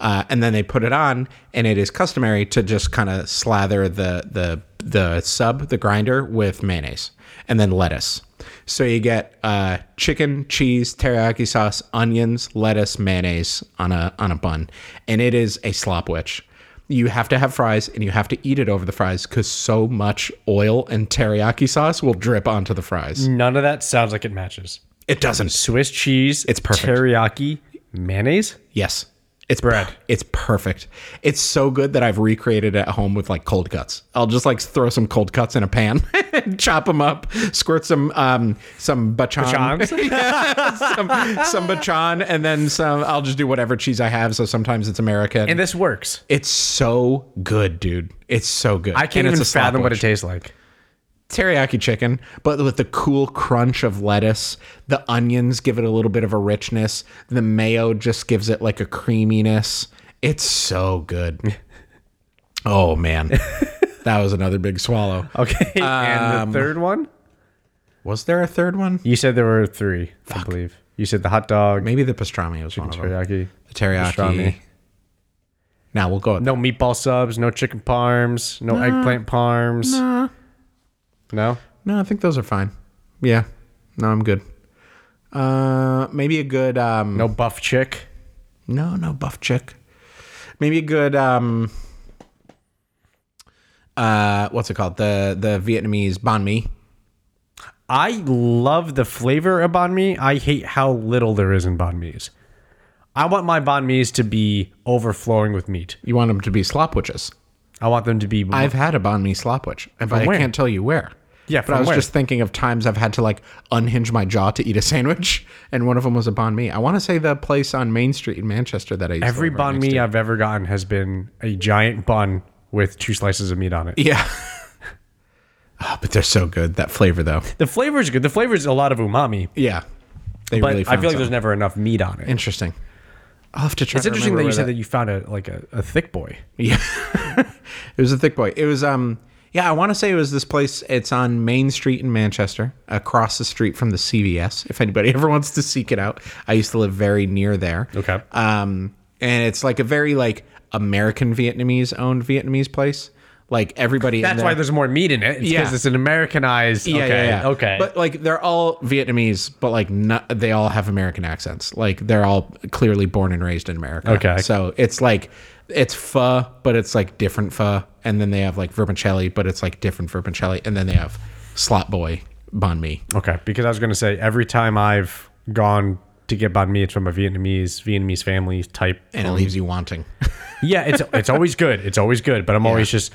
Speaker 1: uh, and then they put it on, and it is customary to just kind of slather the the the sub, the grinder, with mayonnaise and then lettuce. So you get uh, chicken, cheese, teriyaki sauce, onions, lettuce, mayonnaise on a on a bun, and it is a slop witch you have to have fries and you have to eat it over the fries because so much oil and teriyaki sauce will drip onto the fries.
Speaker 2: None of that sounds like it matches.
Speaker 1: It doesn't.
Speaker 2: Swiss cheese.
Speaker 1: It's perfect.
Speaker 2: Teriyaki mayonnaise.
Speaker 1: Yes. It's bread. It's perfect. It's so good that I've recreated it at home with like cold cuts. I'll just like throw some cold cuts in a pan, *laughs* chop them up, squirt some um some bachan,
Speaker 2: *laughs* Chomps.
Speaker 1: some, *laughs* some bachan, and then some. I'll just do whatever cheese I have. So sometimes it's American.
Speaker 2: and this works.
Speaker 1: it's so good, dude. It's so good.
Speaker 2: I can't
Speaker 1: And it's
Speaker 2: even
Speaker 1: a slop
Speaker 2: fathom what
Speaker 1: wedge.
Speaker 2: it tastes like.
Speaker 1: teriyaki chicken, but with the cool crunch of lettuce. The onions give it a little bit of a richness. The mayo just gives it like a creaminess. It's so *laughs* good. oh man. that was another big swallow.
Speaker 2: Okay. *laughs* and the third one.
Speaker 1: Was there a third one?
Speaker 2: Um, You said there were three. I believe you said the hot dog,
Speaker 1: Maybe the pastrami was one of them.
Speaker 2: teriyaki.
Speaker 1: The teriyaki.
Speaker 2: Pastrami.
Speaker 1: Now we'll go.
Speaker 2: No meatball subs, no chicken parms, no eggplant parms. No?
Speaker 1: No, I think those are fine. Yeah. No, I'm good. Uh, maybe a good um,
Speaker 2: No buff chick.
Speaker 1: No, no buff chick. Maybe a good um uh what's it called? The the Vietnamese banh mi.
Speaker 2: I love the flavor of banh mi. I hate how little there is in banh mi's. I want my banh mi's to be overflowing with meat.
Speaker 1: You want them to be slop witches.
Speaker 2: I want them to be.
Speaker 1: I've had a banh mi slop witch, and but I
Speaker 2: where?
Speaker 1: can't tell you where.
Speaker 2: Yeah,
Speaker 1: but I
Speaker 2: from
Speaker 1: was
Speaker 2: where?
Speaker 1: just thinking of times I've had to like unhinge my jaw to eat a *laughs* sandwich, and one of them was a banh mi. I want to say the place on Main Street in Manchester that I used to
Speaker 2: every
Speaker 1: live right
Speaker 2: banh
Speaker 1: next
Speaker 2: mi
Speaker 1: to.
Speaker 2: I've ever gotten has *laughs* been a giant bun with two slices of meat on it.
Speaker 1: Yeah. oh but they're so good. That flavor though.
Speaker 2: The flavor's good. The flavor's a lot of umami,
Speaker 1: Yeah. They
Speaker 2: but
Speaker 1: really
Speaker 2: I feel like
Speaker 1: found
Speaker 2: there's
Speaker 1: something.
Speaker 2: never enough meat on it.
Speaker 1: interesting. I'll have to try.
Speaker 2: It's
Speaker 1: to
Speaker 2: interesting that
Speaker 1: remember
Speaker 2: you
Speaker 1: where
Speaker 2: said that you found a like a, a thick boy.
Speaker 1: Yeah. *laughs* it was a thick boy. It was um yeah, I want to say it was this place. It's on Main Street in Manchester, across the street from the CVS. If anybody *laughs* ever wants to seek it out, I used to live very near there.
Speaker 2: Okay.
Speaker 1: Um, and it's like a very like American Vietnamese owned Vietnamese place. Like everybody. in
Speaker 2: That's
Speaker 1: there,
Speaker 2: why there's more meat in it. It's
Speaker 1: Yeah.
Speaker 2: because it's an Americanized.
Speaker 1: yeah,
Speaker 2: okay,
Speaker 1: yeah, yeah.
Speaker 2: okay.
Speaker 1: But like they're all Vietnamese, but like not, they all have American accents. Like they're all clearly born and raised in America.
Speaker 2: Okay.
Speaker 1: So it's like it's pho, but it's like different pho, and then they have like vermicelli, but it's like different vermicelli, and then they have slot boy banh mi.
Speaker 2: okay, because I was gonna say every time I've gone to get banh mi, it's from a Vietnamese Vietnamese family type.
Speaker 1: And it leaves you wanting.
Speaker 2: *laughs* yeah, it's it's always good. It's always good, but I'm always just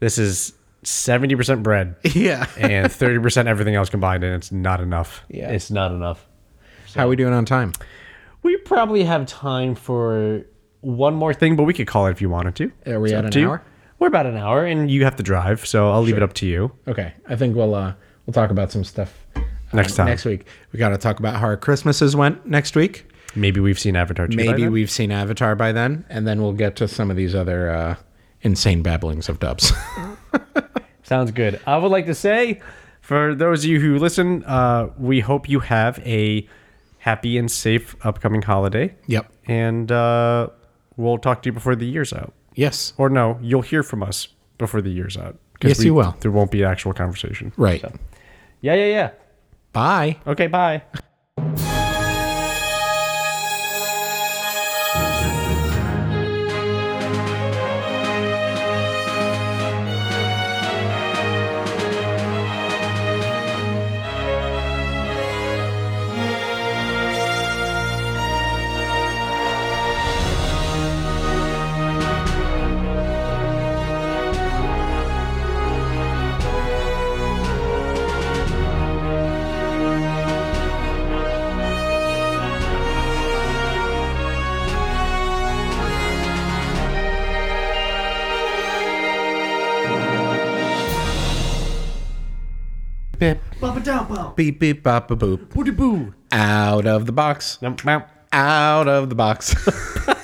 Speaker 2: this is seventy percent bread
Speaker 1: *laughs* yeah.
Speaker 2: *laughs* and thirty percent everything else combined, and it's not enough.
Speaker 1: Yeah.
Speaker 2: it's not enough.
Speaker 1: *laughs* How are we doing on time?
Speaker 2: We probably have time for one more thing, but we could call it if you wanted to.
Speaker 1: Are we
Speaker 2: It's
Speaker 1: at
Speaker 2: up
Speaker 1: an
Speaker 2: to you.
Speaker 1: hour?
Speaker 2: We're about an hour, and you have to drive, so I'll leave it up to you.
Speaker 1: Okay. I think we'll uh we'll talk about some stuff uh,
Speaker 2: Next time.
Speaker 1: Next week. We gotta talk about how our Christmases went next week.
Speaker 2: Maybe we've seen Avatar. 2 by
Speaker 1: Maybe
Speaker 2: then.
Speaker 1: we've seen Avatar by then, and then we'll get to some of these other uh, insane babblings of dubs. *laughs*
Speaker 2: Sounds good. I would like to say, for those of you who listen, uh, we hope you have a happy and safe upcoming holiday.
Speaker 1: yep.
Speaker 2: And uh, we'll talk to you before the year's out.
Speaker 1: Yes.
Speaker 2: Or no, you'll hear from us before the year's out. 'Cause
Speaker 1: Yes,
Speaker 2: we-
Speaker 1: you will.
Speaker 2: There won't be an actual conversation.
Speaker 1: Right.
Speaker 2: Yeah, yeah, yeah.
Speaker 1: Bye.
Speaker 2: Okay, bye.
Speaker 1: Beep beep bop a boop. Out of the box.
Speaker 2: Nom, nom.
Speaker 1: Out of the box. *laughs*